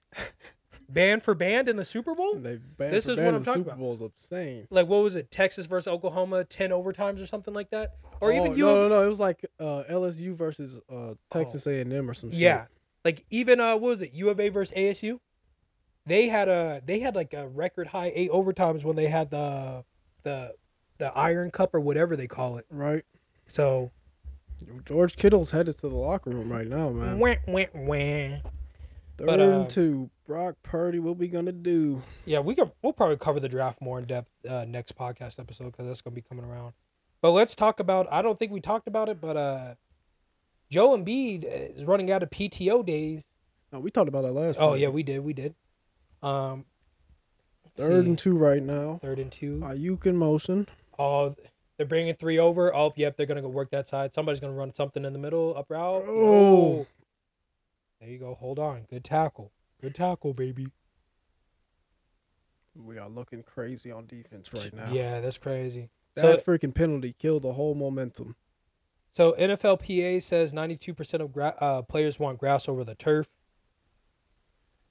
S2: band for band in the Super Bowl,
S3: they banned
S2: this
S3: for
S2: is what
S3: banned
S2: I'm
S3: the
S2: talking
S3: Super
S2: about.
S3: Bowl's obscene.
S2: like what was it, Texas versus Oklahoma, ten overtimes or something like that, or even
S3: oh,
S2: you,
S3: No, no, no. It was like uh, LSU versus uh, Texas A&M or some shit.
S2: yeah, like even uh, what was it, U of A versus ASU? They had a they had like a record high eight overtimes when they had the the the Iron Cup or whatever they call it.
S3: Right.
S2: So
S3: George Kittle's headed to the locker room right now, man.
S2: wah, wah, wah.
S3: Third
S2: But, uh,
S3: and two. Brock Purdy, what we gonna do?
S2: Yeah, we could. We'll probably cover the draft more in depth uh, next podcast episode because that's gonna be coming around. But let's talk about. I don't think we talked about it, but uh, Joe Embiid is running out of PTO days.
S3: No, we talked about that last.
S2: Oh
S3: week.
S2: yeah, we did. We did. Um, let's
S3: Third
S2: see.
S3: and two right now.
S2: third and two.
S3: Ayuk in motion.
S2: Oh, they're bringing three over. Oh, yep, they're gonna go work that side. Somebody's gonna run something in the middle up route.
S3: Oh.
S2: No. There you go. Hold on. Good tackle. Good tackle, baby.
S3: We are looking crazy on defense right now.
S2: Yeah, that's crazy.
S3: That freaking penalty killed the whole momentum.
S2: So NFLPA says 92% of gra- uh, players want grass over the turf.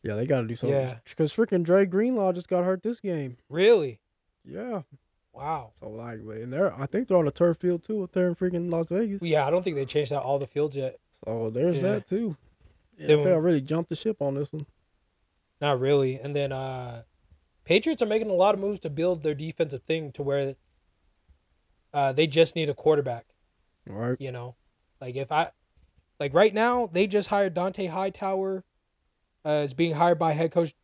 S3: Yeah, they got to do something.
S2: Yeah.
S3: Because freaking Dre Greenlaw just got hurt this game.
S2: Really?
S3: Yeah.
S2: Wow.
S3: So, like, and they're, I think they're on a turf field too up there in freaking Las Vegas.
S2: Yeah, I don't think they changed out all the fields yet.
S3: So, there's
S2: Yeah.
S3: that too.
S2: They
S3: NFL
S2: won't-
S3: really jumped the ship on this one.
S2: Not really. And then uh Patriots are making a lot of moves to build their defensive thing to where uh, they just need a quarterback.
S3: All right.
S2: You know, like if I Like right now, they just hired Dante Hightower. Uh, is being hired by head coach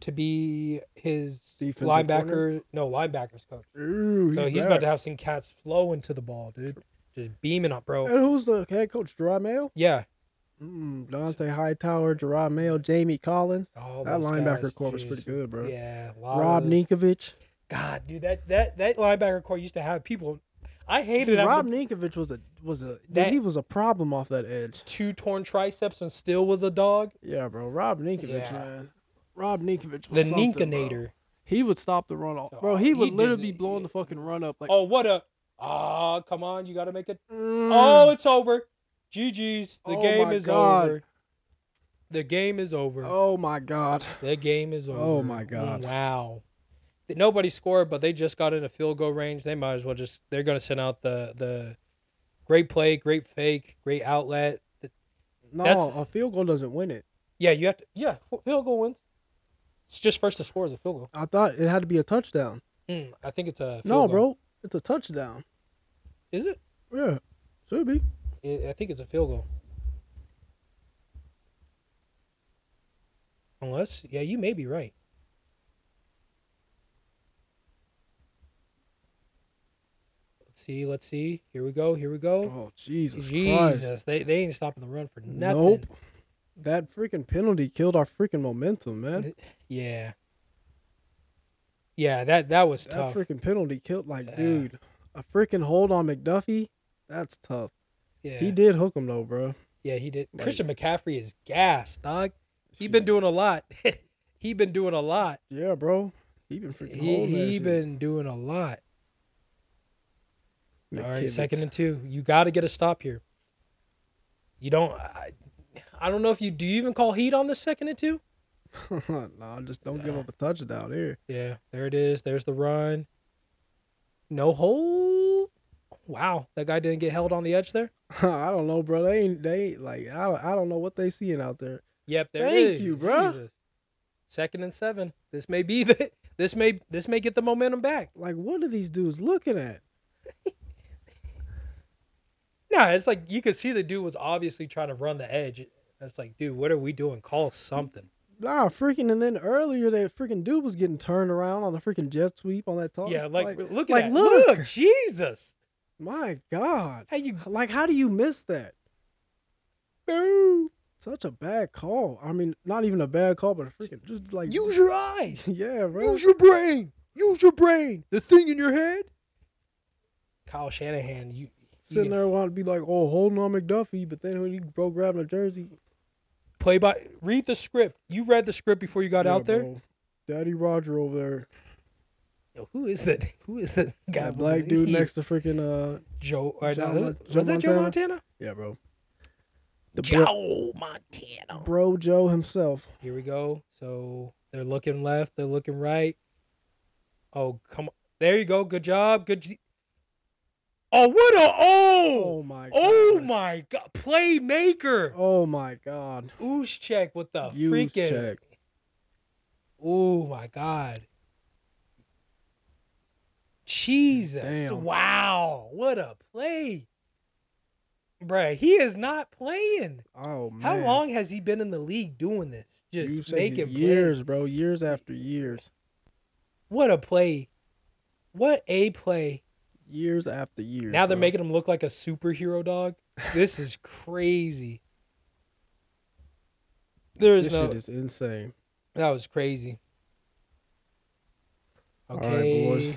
S2: to be his
S3: Defensive
S2: linebacker.
S3: corner?
S2: No, linebackers coach.
S3: Ooh,
S2: So he's
S3: back.
S2: about to have some cats flowing to the ball, dude. Just beaming up, bro.
S3: And who's the head coach? Gerard Mayo?
S2: Yeah.
S3: Mm, Dante Hightower, Gerard Mayo, Jamie Collins.
S2: All
S3: that
S2: those
S3: linebacker
S2: guys,
S3: core was
S2: jeez.
S3: pretty good, bro.
S2: Yeah. a lot
S3: Rob
S2: of-
S3: Ninkovich.
S2: God, dude, that, that, that linebacker core used to have people. I hated
S3: Rob
S2: having
S3: Ninkovich was a was a dude,
S2: That-
S3: he was a problem off that edge.
S2: two torn triceps and still was a dog.
S3: Yeah, bro. Rob Ninkovich,
S2: Yeah.
S3: man. Rob Ninkovich
S2: The
S3: was something, bro.
S2: Ninkanator.
S3: He would stop the run off,
S2: Oh,
S3: bro. He
S2: he
S3: would literally be
S2: didn't-
S3: blowing the fucking run up like.
S2: Oh, what a. Ah, come on. You got to make it.
S3: mm.
S2: Oh, it's over. GG's. The
S3: Oh
S2: game
S3: my
S2: is
S3: God.
S2: over. The game is over.
S3: Oh my god.
S2: The game is over.
S3: Oh, my God.
S2: Wow. Nobody scored, but they just got in a field goal range. They might as well just they're gonna send out the the great play, great fake, great outlet.
S3: No,
S2: That's-
S3: a field goal doesn't win it.
S2: Yeah, you have to yeah, field goal wins. It's just first to score is a field goal.
S3: I thought it had to be a touchdown.
S2: Mm, I think it's a field
S3: No,
S2: goal.
S3: bro. It's a touchdown.
S2: Is it?
S3: Yeah. Should be.
S2: I I think it's a field goal. Unless, yeah, you may be right. Let's see, let's see. Here we go, here we go.
S3: Oh Jesus, Christ.
S2: Jesus, they, they ain't stopping the run for nothing.
S3: Nope. That freaking penalty killed our freaking momentum, man.
S2: Th- Yeah. Yeah, that that was
S3: That
S2: tough.
S3: freaking penalty killed like
S2: Yeah.
S3: dude. A freaking hold on McDuffie. That's tough.
S2: yeah.
S3: He did hook him though, bro.
S2: yeah, he did.
S3: Like-
S2: Christian McCaffrey is gas, dog. He been doing a lot. he been doing a lot.
S3: Yeah, bro. He been freaking
S2: He,
S3: holding that
S2: he
S3: shit.
S2: been doing a lot. All right,
S3: McKibbitz.
S2: second and two. You got to get a stop here. You don't. I, I don't know if you do. You even call heat on the second and two?
S3: nah, just don't give up a touchdown here.
S2: Yeah, there it is. There's the run. No hold. Wow, that guy didn't get held on the edge there.
S3: I don't know, bro. They ain't they ain't, like I don't, I don't know what they seeing out there.
S2: Yep, there it
S3: Thank
S2: is.
S3: you, bruh.
S2: Jesus. Second and seven. This may be the. This may this may get the momentum back.
S3: Like what are these dudes looking at?
S2: Nah, it's like you could see the dude was obviously trying to run the edge. It's like, dude, what are we doing? Call something.
S3: Nah, Ah, freaking and then earlier that freaking dude was getting turned around on the freaking jet sweep on that toss.
S2: Yeah, like, look at
S3: like,
S2: that.
S3: look.
S2: look, Jesus.
S3: My God.
S2: How you
S3: Like how do you miss that?
S2: Boo.
S3: Such a bad call. I mean, not even a bad call, but a freaking just like
S2: Use your eyes.
S3: Yeah, bro.
S2: Use your brain. Use your brain. The thing in your head. Kyle Shanahan, you he
S3: Sitting
S2: can
S3: there wanting to be like, oh, holding on McDuffie, but then when he bro grabbing a jersey,
S2: play by read the script. You read the script before you got
S3: Yeah,
S2: out there.
S3: bro. Daddy Roger over there,
S2: Yo, who is that? Who is that guy?
S3: that
S2: with
S3: black
S2: the-
S3: dude
S2: he-
S3: next to freaking uh,
S2: Joe. Or
S3: Joe
S2: no, was,
S3: Mon-
S2: was
S3: Joe
S2: that Joe Montana?
S3: yeah, bro. bro,
S2: Joe Montana.
S3: bro Joe himself.
S2: Here we go. So they're looking left. They're looking right. Oh come on! There you go. Good job. Good. G- oh what a oh!
S3: Oh my. God.
S2: Oh my god, playmaker.
S3: Oh my God.
S2: Ooshchek with the
S3: Use
S2: freaking.
S3: check.
S2: Oh my god. Jesus.
S3: Damn.
S2: Wow. What a play. Bruh, he is not playing.
S3: Oh man.
S2: How long has he been in the league doing this?
S3: You
S2: Just
S3: said
S2: making plays.
S3: years, bro. Years after years.
S2: What a play. What a play.
S3: Years after years.
S2: Now they're
S3: bro.
S2: making him look like a superhero dog. This is crazy. There is
S3: This
S2: no
S3: shit is insane.
S2: That was crazy.
S3: All right,
S2: Okay.
S3: boys.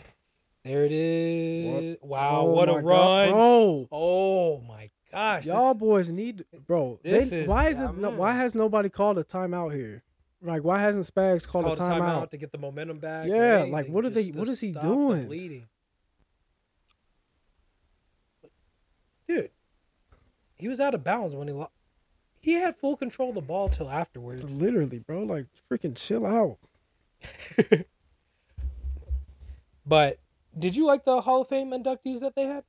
S2: There it is. Wow,
S3: Oh
S2: what a
S3: my God,
S2: run.
S3: bro.
S2: Oh my gosh. this-
S3: Y'all boys need, bro. They,
S2: this is-
S3: why is
S2: yeah,
S3: it? No,
S2: man.
S3: why has nobody called a timeout here? Like, why hasn't Spags called,
S2: called
S3: a timeout?
S2: to get the momentum back.
S3: Yeah,
S2: or anything,
S3: like, what are they-
S2: just to
S3: what is he
S2: stop the
S3: doing?
S2: bleeding. Dude, he was out of bounds when he lo- he had full control of the ball till afterwards.
S3: Literally, bro. Like, freaking chill out.
S2: But did you like the Hall of Fame inductees that they had?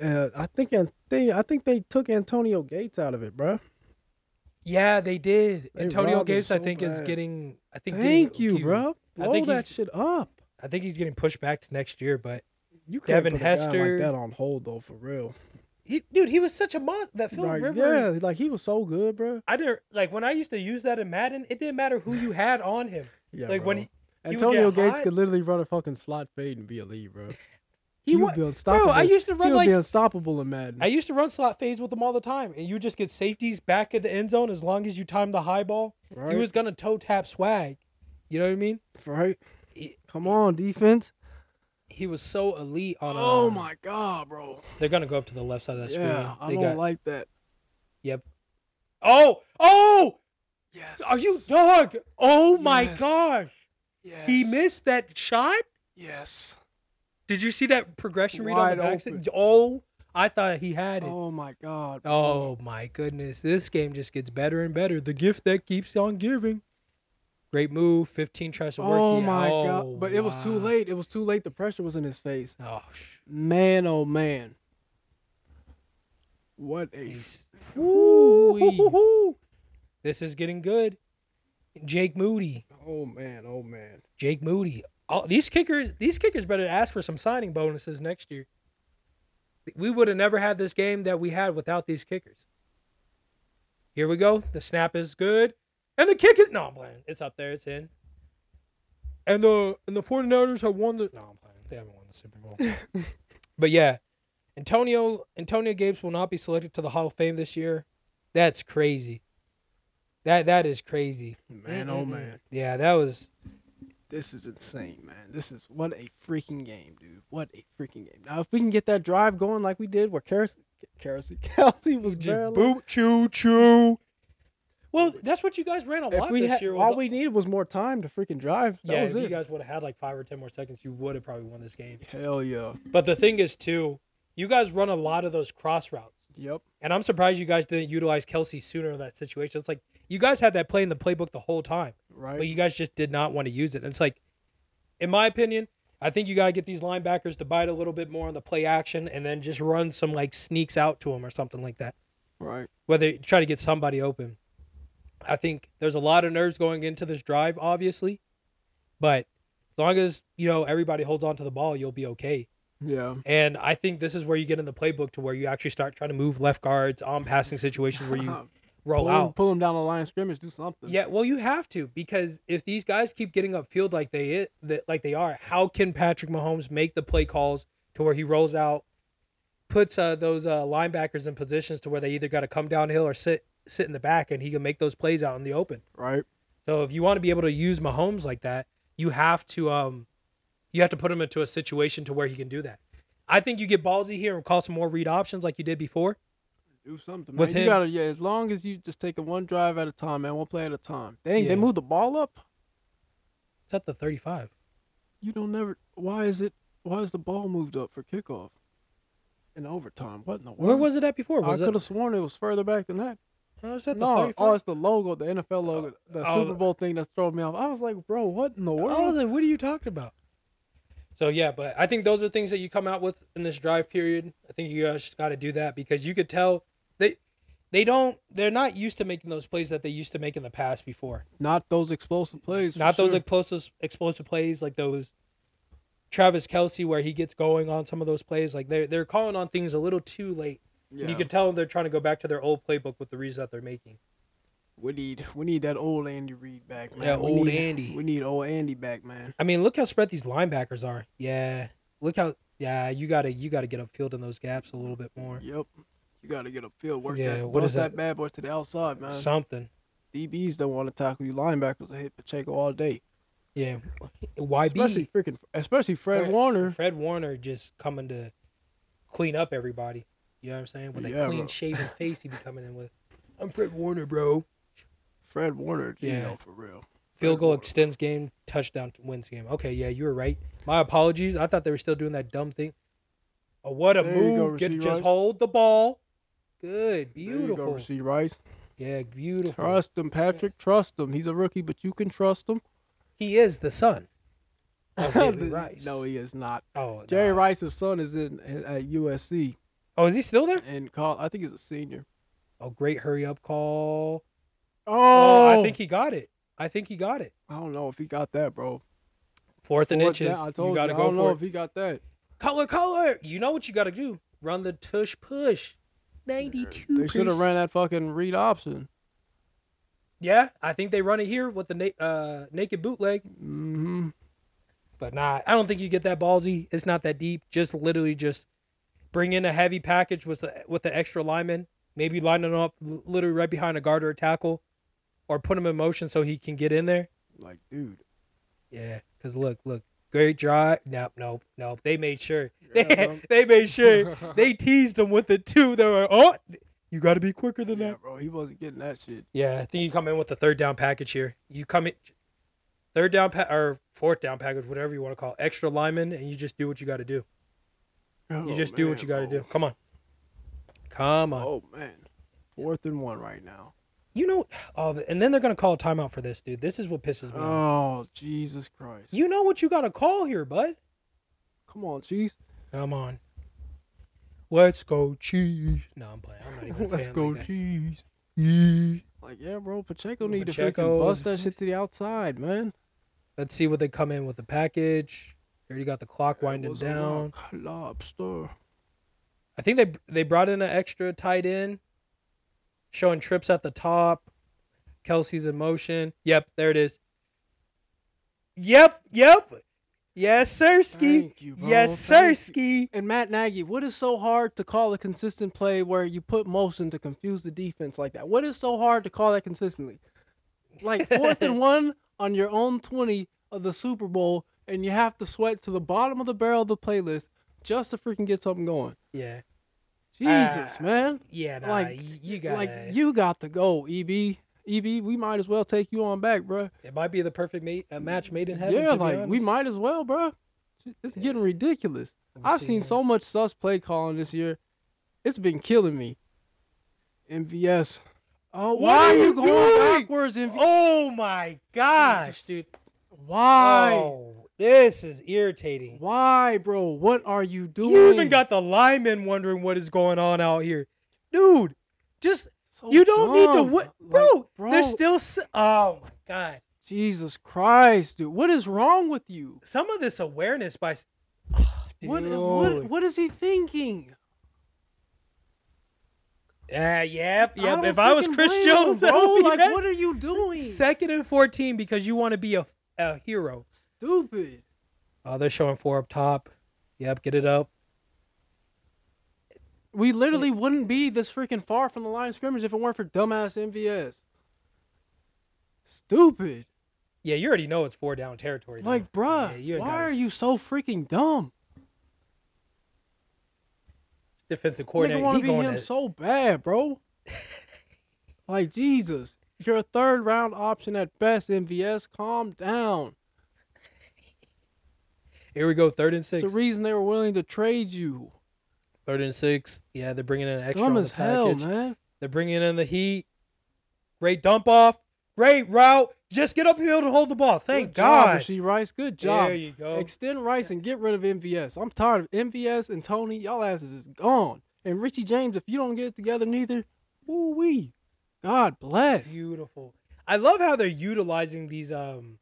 S3: Uh, I think and they, I think they took Antonio Gates out of it, bro.
S2: Yeah, they did.
S3: They
S2: Antonio
S3: robbed him
S2: Gates, I
S3: so
S2: think, is
S3: bad.
S2: getting. I think. getting
S3: Thank you,
S2: accused.
S3: bro.
S2: I
S3: Blow
S2: think he's-
S3: that shit up.
S2: I think he's getting pushed back to next year, but
S3: You can't
S2: Devin
S3: put a guy
S2: Hester.
S3: like that on hold though, for real.
S2: he, dude, he was such a monster. That Phil
S3: Like,
S2: Rivers.
S3: yeah, like he was so good, bro.
S2: I didn't like when I used to use that in Madden. It didn't matter who you had on him.
S3: Yeah,
S2: like when
S3: bro.
S2: he he would
S3: Antonio
S2: get
S3: Gates
S2: hot.
S3: could literally run a fucking slot fade and be a lead, bro.
S2: he,
S3: would
S2: would
S3: be
S2: bro.
S3: unstoppable.
S2: I used to
S3: He
S2: run
S3: would
S2: like
S3: be unstoppable in Madden.
S2: I used to run slot fades with him all the time, and you just get safeties back at the end zone as long as you time the high ball.
S3: right,
S2: He was gonna toe tap swag. You know what I mean?
S3: right.
S2: He- Uh,
S3: Come on, defense.
S2: He was so elite on.
S3: Oh
S2: um,
S3: my god, bro.
S2: They're gonna go up to the left side of that screen.
S3: yeah, I
S2: They
S3: don't
S2: got-
S3: like that.
S2: Yep. Oh, oh!
S3: Yes.
S2: Are you dog? Oh my
S3: Yes.
S2: gosh!
S3: Yes.
S2: He missed that shot.
S3: Yes.
S2: Did you see that progression read on the
S3: Wide
S2: backside? Oh, I thought he had it. Oh.
S3: Oh my god.
S2: my goodness. This game just gets better and better. The gift that keeps on giving. Great move. 15 tries to work.
S3: Oh
S2: it.
S3: my
S2: Oh,
S3: god. But it was too
S2: wow.
S3: late. It was too late. The pressure was in his face.
S2: Oh, sh-
S3: Man, oh man. What a
S2: he's- Woo-wee. This is getting good. Jake Moody.
S3: Oh man, oh man.
S2: Jake Moody. All, these kickers, these kickers better ask for some signing bonuses next year. We would have never had this game that we had without these kickers. Here we go. The snap is good. And the kick is no I'm playing. It's up there, it's in. And the and the 49ers have won the No, I'm playing. They haven't won the Super Bowl. but yeah. Antonio Antonio Gates will not be selected to the Hall of Fame this year. That's crazy. That that is crazy.
S3: Man, oh man.
S2: Yeah, that was
S3: This is insane, man. This is what a freaking game, dude. What a freaking game. Now if we can get that drive going like we did where Kerosene Kerosene Kelsey was
S2: Just
S3: barely
S2: boot choo choo. Well, that's what you guys ran a
S3: if
S2: lot
S3: we
S2: this
S3: had,
S2: year. Was,
S3: all we needed was more time to freaking drive. That
S2: yeah,
S3: was
S2: if you
S3: it.
S2: guys would have had like five or ten more seconds, you would have probably won this game.
S3: Hell yeah.
S2: But the thing is, too, you guys run a lot of those cross routes,
S3: Yep.
S2: and I'm surprised you guys didn't utilize Kelsey sooner in that situation. It's like you guys had that play in the playbook the whole time,
S3: Right.
S2: but you guys just did not want to use it. And it's like, in my opinion, I think you gotta get these linebackers to bite a little bit more on the play action, and then just run some like sneaks out to them or something like that.
S3: right.
S2: whether you try to get somebody open. I think there's a lot of nerves going into this drive, obviously, but as long as you know everybody holds on to the ball, you'll be okay.
S3: Yeah.
S2: And I think this is where you get in the playbook to where you actually start trying to move left guards on passing situations where you roll
S3: pull, him,
S2: out.
S3: pull him down the line of scrimmage, do something.
S2: Yeah, well, you have to because if these guys keep getting upfield like they it that like they are, how can Patrick Mahomes make the play calls to where he rolls out, puts uh, those uh, linebackers in positions to where they either got to come downhill or sit sit in the back, and he can make those plays out in the open.
S3: Right.
S2: So if you want to be able to use Mahomes like that, you have to um, you have to put him into a situation to where he can do that. I think you get ballsy here and call some more read options like you did before.
S3: Do something.
S2: With
S3: man. you
S2: him-
S3: gotta yeah, as long as you just taking one drive at a time, man, one play at a time. Dang,
S2: Yeah.
S3: they moved the ball up.
S2: It's at the thirty-five.
S3: You don't never why is it why is the ball moved up for kickoff? In overtime. What in the world?
S2: Where was it at before?
S3: I
S2: Was
S3: could
S2: it?
S3: have sworn it was further back than that.
S2: No, it's at the
S3: No,
S2: 35?
S3: oh, it's the logo, the NFL logo, the
S2: oh,
S3: Super Bowl thing that's throwing me off. I was like, bro, what in the
S2: What I was
S3: world?
S2: like, what are you talking about? Oh. So yeah, but I think those are things that you come out with in this drive period. I think you guys just got to do that because you could tell they they don't they're not used to making those plays that they used to make in the past before.
S3: Not those explosive plays. for
S2: not those
S3: sure.
S2: explosive explosive plays like those Travis Kelsey where he gets going on some of those plays. Like they're they're calling on things a little too late. And
S3: Yeah.
S2: you can tell they're trying to go back to their old playbook with the reads that they're making.
S3: We need we need that old Andy Reid back, man.
S2: Yeah,
S3: we
S2: old
S3: need,
S2: Andy.
S3: We need old Andy back, man.
S2: I mean, look how spread these linebackers are. Yeah. Look how yeah, you gotta you gotta get upfield in those gaps a little bit more.
S3: Yep. You gotta get upfield, work
S2: Yeah,
S3: that,
S2: what
S3: bust
S2: is
S3: that?
S2: that?
S3: bad boy to the outside, man.
S2: Something.
S3: DBs don't want to tackle you. Linebackers will hit Pacheco all day,
S2: Yeah. YB.
S3: especially freaking, especially Fred
S2: Fred-
S3: Warner.
S2: Fred Warner just coming to clean up everybody. You know what I'm saying? With that
S3: Yeah, bro.
S2: clean shaven face he be coming in with. I'm Fred Warner, bro.
S3: Fred Warner, you
S2: Yeah.
S3: know, for real.
S2: Field
S3: Fred
S2: goal
S3: Warner.
S2: extends game, touchdown wins game. Okay, yeah, you were right. My apologies. I thought they were still doing that dumb thing. Oh, what a
S3: There you go,
S2: move. Get,
S3: receive
S2: just
S3: rice.
S2: hold the ball. Good.
S3: There you go,
S2: Beautiful.
S3: Rasheed Rice.
S2: Yeah, beautiful.
S3: Trust him, Patrick. Trust him. He's a rookie, but you can trust him.
S2: He is the son of Jerry Oh, Rice.
S3: No, he is not.
S2: oh,
S3: Jerry
S2: no.
S3: Rice's son is in at USC,
S2: Oh, is he still there?
S3: and call. I think he's a senior.
S2: Oh, great hurry up call.
S3: Oh,
S2: Oh, I think he got it. I think he got it.
S3: I don't know if he got that, bro.
S2: Fourth and
S3: Fourth
S2: inches.
S3: down, I told
S2: You got to
S3: I
S2: go
S3: don't know
S2: for
S3: if
S2: it.
S3: he got that.
S2: Color, color. You know what you got to do. Run the tush push. 92.
S3: They should have ran that fucking read option.
S2: Yeah, I think they run it here with the na- uh, naked bootleg, Mm-hmm.
S3: hmm
S2: but nah, I don't think you get that ballsy. It's not that deep. Just literally just bring in a heavy package with the with the extra lineman. Maybe line him up l- literally right behind a guard or a tackle, or put him in motion so he can get in there.
S3: Like, dude.
S2: Yeah, cause look, look, great drive. Nope, nope, nope. They made sure.
S3: Yeah,
S2: They,
S3: bro.
S2: they made sure. They teased him with the two. They were oh, you got to be quicker than
S3: Yeah,
S2: that.
S3: bro, he wasn't getting that shit.
S2: Yeah, I think you come in with the third down package here. You come in third down pa- or fourth down package, whatever you want to call it, extra lineman, and you just do what you got to do. You
S3: Oh,
S2: just do
S3: man,
S2: what you got to
S3: bro.
S2: do. Come on, come on.
S3: Oh man, fourth and one right now.
S2: You know, oh, and then they're gonna call a timeout for this, dude. This is what pisses me. off.
S3: Oh Jesus Christ!
S2: You know what you got to call here, bud.
S3: come on, Chiefs.
S2: Come on. Let's go cheese. No, I'm playing. I'm not even. a
S3: Let's
S2: fan
S3: go,
S2: like that.
S3: Chiefs. Like yeah, bro, Pacheco need to freaking
S2: Pacheco
S3: bust
S2: is-
S3: that shit to the outside, man.
S2: Let's see what they come in with the package. They already got the clock
S3: That
S2: winding
S3: was a
S2: down.
S3: rock Lobster.
S2: I think they they brought in an extra tight end, showing trips at the top. Kelsey's in motion. Yep, there it is. Yep, yep. Yes, Sirski.
S3: Thank you, bro.
S2: Yes,
S3: Thank
S2: Sirski.
S3: And Matt Nagy, what is so hard to call a consistent play where you put motion to confuse the defense like that? What is so hard to call that consistently? Like fourth and one on your own 20 of the Super Bowl, and you have to sweat to the bottom of the barrel of the playlist just to freaking get something going.
S2: Yeah,
S3: Jesus,
S2: Ah,
S3: man.
S2: yeah. Nah,
S3: Like-
S2: you, you got
S3: Like,
S2: it.
S3: you got to go, E EB. EB, we might as well take you on back, bruh.
S2: It might be the perfect mate, a match made in heaven. to
S3: Yeah,
S2: be
S3: like, we
S2: honest.
S3: might as well, bruh. It's getting ridiculous.
S2: Let me
S3: I've
S2: see
S3: seen
S2: here.
S3: so much sus play calling this year. It's been killing me. MVS. Oh,
S2: What
S3: why
S2: are
S3: are you
S2: you
S3: going
S2: doing?
S3: backwards, MVS?
S2: Oh my gosh, dude.
S3: Why?
S2: Oh, this is irritating.
S3: Why, bro? What are you doing?
S2: You even got the linemen wondering what is going on out here. Dude, just
S3: So
S2: you don't need to
S3: Oh, dumb.
S2: what
S3: Like,
S2: bro,
S3: bro,
S2: There's still s- oh my god.
S3: Jesus Christ, dude. What is wrong with you?
S2: Some of this awareness by s- Ah,
S3: What,
S2: dude.
S3: what what is he thinking?
S2: Yeah, yep,
S3: I
S2: yep.
S3: don't
S2: If I was
S3: freaking
S2: Chris
S3: blame him,
S2: Jones, I
S3: bro,
S2: would be
S3: like
S2: mad.
S3: what are you doing?
S2: second and 14 because you want to be a, a hero.
S3: Stupid.
S2: Oh, they're showing four up top. Yep, get it up.
S3: We literally wouldn't be this freaking far from the line of scrimmage if it weren't for dumbass MVS. Stupid.
S2: Yeah, you already know it's four down territory. now.
S3: Like, bruh,
S2: Yeah, you ain't
S3: why
S2: gotta-
S3: are you so freaking dumb?
S2: defensive
S3: Nigga
S2: coordinator.
S3: want
S2: He
S3: to be
S2: going
S3: him
S2: to-
S3: so bad, bro. like, Jesus. You're a third round option at best, MVS. Calm down.
S2: here we go, third and
S3: It's
S2: six.
S3: the reason they were willing to trade you.
S2: Third and six. Yeah, they're bringing in an extra
S3: dumb
S2: on the
S3: as hell,
S2: package.
S3: man.
S2: They're bringing in the heat. Great dump off. Great route. Just get upfield and hold the ball. Thank
S3: Good Job,
S2: God.
S3: Rasheed Rice. Good job.
S2: There you go.
S3: Extend Rice and get rid of MVS. I'm tired of MVS and Tony. Y'all asses is gone. And Richie James, if you don't get it together neither, woo wee. God bless.
S2: Beautiful. I love how they're utilizing these. Um,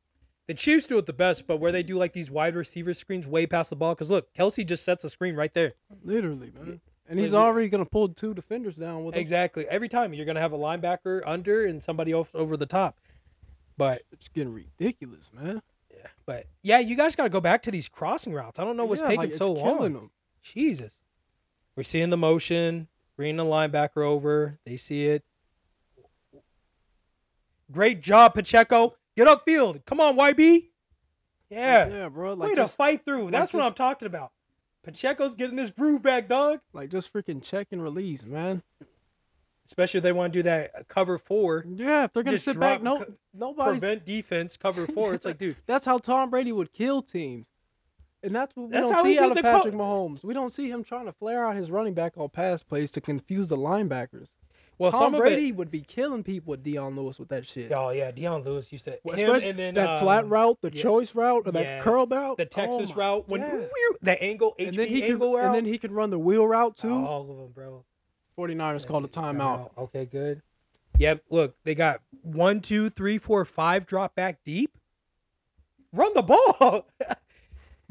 S2: the Chiefs do it the best, but where they do like these wide receiver screens way past the ball. Because look, Kelsey just sets a screen right there.
S3: Literally, man. And he's
S2: Literally.
S3: already gonna pull two defenders down with him.
S2: Exactly. Every time you're gonna have a linebacker under and somebody else over the top. But
S3: It's getting ridiculous, man.
S2: but yeah, you guys got to go back to these crossing routes. I don't know what's
S3: Yeah,
S2: taking
S3: like,
S2: so
S3: it's
S2: long.
S3: killing him.
S2: Jesus. We're seeing the motion. Bringing the linebacker over. They see it. Great job, Pacheco. Get upfield. Come on, YB. Yeah.
S3: Like, yeah, bro. Like
S2: Way to
S3: just,
S2: fight through. That's what
S3: just-
S2: I'm talking about. Pacheco's getting this groove back, dog.
S3: like just freaking check and release, man.
S2: Especially if they want to do that uh, cover four.
S3: Yeah, if they're gonna
S2: Just
S3: sit back,
S2: drop-
S3: no,
S2: co-
S3: nobody's.
S2: Prevent defense, cover four. It's like, dude,
S3: That's how Tom Brady would kill teams, and that's what we
S2: That's how
S3: don't
S2: he
S3: see out
S2: beat
S3: of
S2: the Col-
S3: Patrick Mahomes. We don't see him trying to flare out his running back on pass plays to confuse the linebackers.
S2: well,
S3: Tom
S2: some
S3: Brady
S2: of
S3: would be killing people with Deion Lewis with that shit.
S2: it. Oh, yeah. Deion Lewis used to.
S3: Well,
S2: him
S3: especially
S2: and then.
S3: that
S2: um,
S3: flat route, the
S2: yeah.
S3: choice route, or that
S2: Yeah.
S3: curl route,
S2: The Texas
S3: Oh my-
S2: route. When
S3: yeah.
S2: the angle, HB
S3: and then he can,
S2: angle route. Oh.
S3: and then he can run the wheel route too.
S2: All of them, bro.
S3: 49ers called a
S2: Timeout.
S3: timeout.
S2: Okay, good. Yep. Look, they got one, two, three, four, five drop back deep. Run the ball.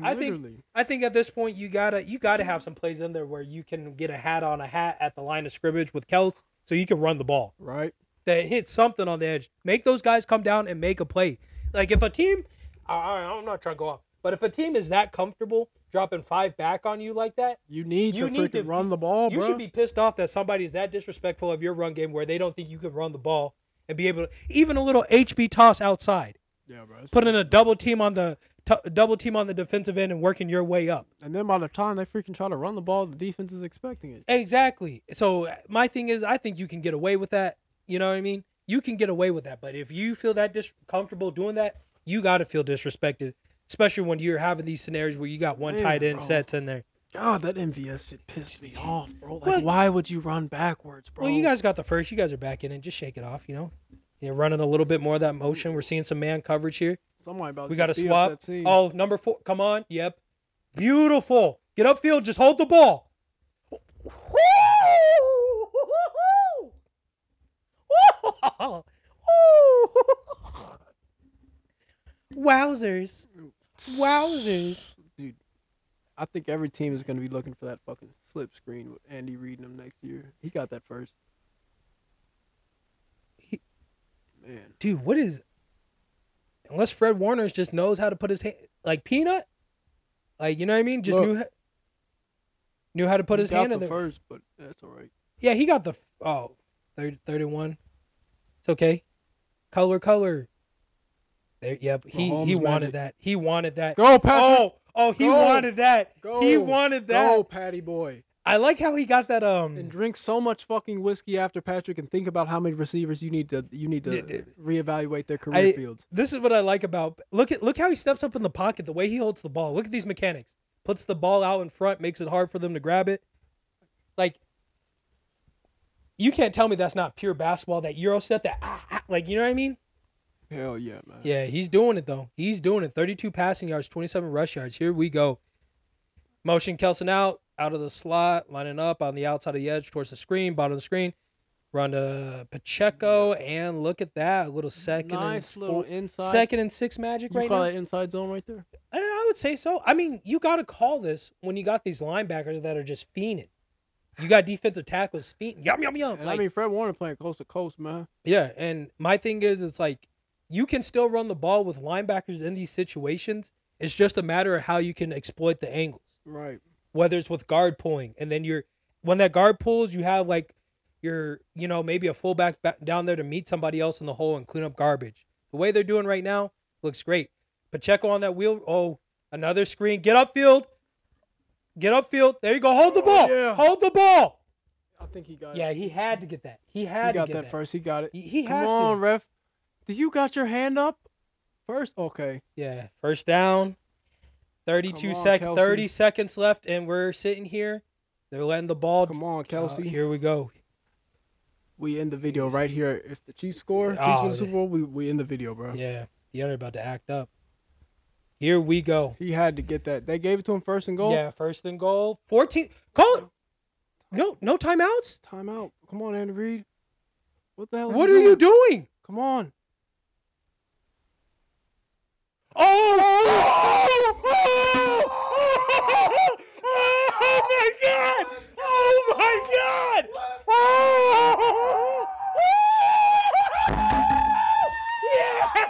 S2: I think I think at this point you gotta you gotta have some plays in there where you can get a hat on a hat at the line of scrimmage with Kels, so you can run the ball
S3: right?
S2: that hit something on the edge. Make those guys come down and make a play. Like if a team, I, I- I'm not trying to go off, but if a team is that comfortable dropping five back on you like that,
S3: You need
S2: You
S3: to
S2: need to-
S3: freaking run the ball,
S2: you
S3: Oh, bro.
S2: should be pissed off that somebody's that disrespectful of your run game where they don't think you can run the ball and be able to even a little HB toss outside,
S3: yeah, bro. it's-
S2: putting a double team on the t- double team on the defensive end and working your way up.
S3: and then by the time they freaking try to run the ball, the defense is expecting it.
S2: Exactly. So uh, my thing is, I think you can get away with that. You know what I mean? You can get away with that, but if you feel that dis- comfortable doing that, you got to feel disrespected, especially when you're having these scenarios where you got one
S3: Man,
S2: tight end
S3: bro.
S2: sets in there.
S3: God, that MVS shit pissed me off, bro. Like,
S2: Well-
S3: why would you run backwards, bro?
S2: Well, you guys got the first. You guys are back in it. Just shake it off. You know, you're running a little bit more of that motion. We're seeing some man coverage here.
S3: Somebody about
S2: We
S3: to
S2: got to
S3: beat
S2: swap.
S3: up that team.
S2: Oh, number four. Come on. Yep. Beautiful. Get upfield. Just hold the ball. Wowzers. Wowzers.
S3: dude. I think every team is going to be looking for that fucking slip screen with Andy reading them next year. He got that first.
S2: He-
S3: Man,
S2: Dude, what is. Unless Fred Warner's just knows how to put his hand. Like Peanut? Like, you know what I mean? Just
S3: Look.
S2: knew. ho- Knew how to put
S3: he
S2: his
S3: got
S2: hand in
S3: the
S2: there.
S3: first, but that's all right.
S2: Yeah, he got the f- oh, 30, 31. It's okay. Color, color. There, yep. He he
S3: Mahomes
S2: wanted
S3: magic.
S2: that. He wanted that.
S3: Go, Patrick.
S2: oh, oh, he
S3: Go.
S2: wanted that.
S3: Go.
S2: He wanted that.
S3: Go, Patty boy.
S2: I like how he got that. Um,
S3: And drink so much fucking whiskey after Patrick, and think about how many receivers you need to you need to
S2: Dude, dude.
S3: reevaluate their career
S2: I-
S3: fields.
S2: this is what I like about look at look how he steps up in the pocket. The way he holds the ball. Look at these mechanics. Puts the ball out in front, makes it hard for them to grab it. Like, you can't tell me that's not pure basketball. That Euro step. That ah, ah, like you know what I mean.
S3: Hell yeah, man.
S2: Yeah, he's doing it though. He's doing it. 32 passing yards, 27 rush yards. Here we go. Motion Kelson out, out of the slot, lining up on the outside of the edge towards the screen, bottom of the screen. Run to Pacheco, and look at that. A little second
S3: nice
S2: and
S3: little
S2: four-
S3: inside.
S2: second and six magic
S3: you
S2: right
S3: call
S2: now.
S3: that inside zone right there?
S2: I, I would say so. I mean, you got to call this when you got these linebackers that are just fiending. You got defensive tackles fiending. Yum, yum, yum.
S3: And
S2: Like-
S3: I mean, Fred Warner playing coast to coast, man.
S2: yeah, and my thing is, it's like you can still run the ball with linebackers in these situations. It's just a matter of how you can exploit the angles,
S3: Right.
S2: whether it's with guard pulling, and then you're when that guard pulls, you have like your you know maybe a fullback back down there to meet somebody else in the hole and clean up garbage. The way they're doing right now looks great. Pacheco on that wheel. Oh, another screen. Get upfield. Get upfield. There you go. Hold the
S3: Oh,
S2: ball.
S3: yeah.
S2: Hold the ball.
S3: I think he got
S2: Yeah,
S3: it.
S2: he had to get that. He had
S3: He
S2: to
S3: got
S2: get
S3: that, first. He got it.
S2: He- he
S3: Come
S2: has to.
S3: on, ref. Do you got your hand up first? Okay.
S2: Yeah, first down. 32
S3: Come on,
S2: sec
S3: Kelsey.
S2: 30 seconds left and we're sitting here. They're letting the ball
S3: Come on,
S2: Oh,
S3: Kelsey.
S2: here we go.
S3: we end the video right here. If the Chiefs score, Chiefs
S2: Oh,
S3: win the
S2: yeah.
S3: Super Bowl, we, we end the video, bro.
S2: Yeah. The other about to act up. Here we go.
S3: He had to get that. They gave it to him first and goal.
S2: Yeah, first and goal. 14 call it. No, no timeouts?
S3: Timeout. Come on, Andy Reid. What the hell? is
S2: What
S3: he
S2: are you
S3: doing?
S2: doing?
S3: Come on.
S2: Oh! Oh! Oh my god! Oh my god! Oh! Yeah!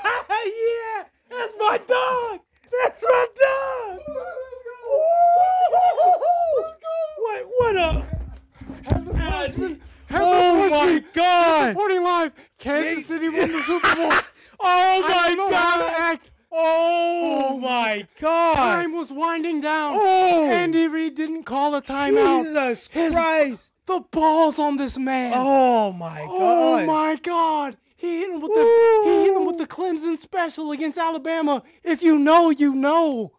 S2: Yeah! That's my dog! That's my dog! What what a
S3: Have the
S2: punishment.
S3: Have
S2: Oh my god!
S3: Reporting live. Kansas City won the Super Bowl.
S2: Oh
S3: I
S2: my
S3: don't know how to
S2: god!
S3: act.
S2: Oh my god!
S3: Time was winding down.
S2: Oh!
S3: Andy Reid didn't call a timeout.
S2: Jesus
S3: His-
S2: Christ!
S3: The balls on this man.
S2: Oh my
S3: Oh
S2: god!
S3: my God! He hit him with the he hit him with the cleansing special against Alabama. If you know, you know.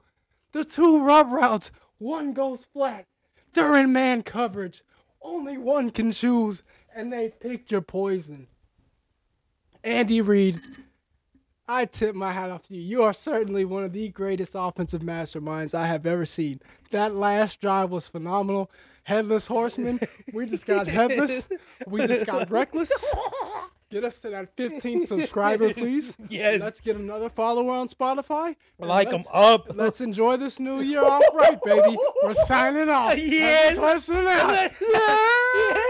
S3: The two rub routes, one goes flat. They're in man coverage. Only one can choose, and they picked your poison. Andy Reid, I tip my hat off to you. You are certainly one of the greatest offensive masterminds I have ever seen. That last drive was phenomenal. Headless horseman. We just got headless. We just got reckless. Get us to that 15th subscriber, please.
S2: Yes.
S3: Let's get another follower on Spotify. and
S2: Like 'em
S3: let's-
S2: up.
S3: Let's enjoy this new year off right, baby. We're signing off.
S2: Yes.
S3: Let's listen out.
S2: Yeah.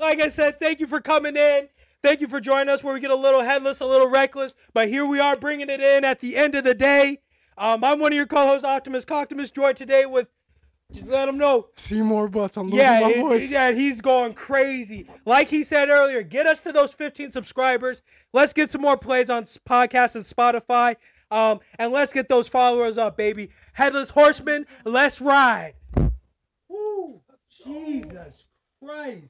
S2: Like I said, thank you for coming in. Thank you for joining us where we get a little headless, a little reckless, but here we are bringing it in at the end of the day. Um, I'm one of your co-hosts, Optimus Coctimus, joined today with, just let them know,
S3: See more butts. I'm losing
S2: yeah,
S3: my
S2: it-
S3: voice.
S2: yeah, he's going crazy. Like he said earlier, get us to those 15 subscribers. Let's get some more plays on s- podcasts and Spotify, um, and let's get those followers up, baby. Headless Horseman, let's ride. Woo! Jesus Christ.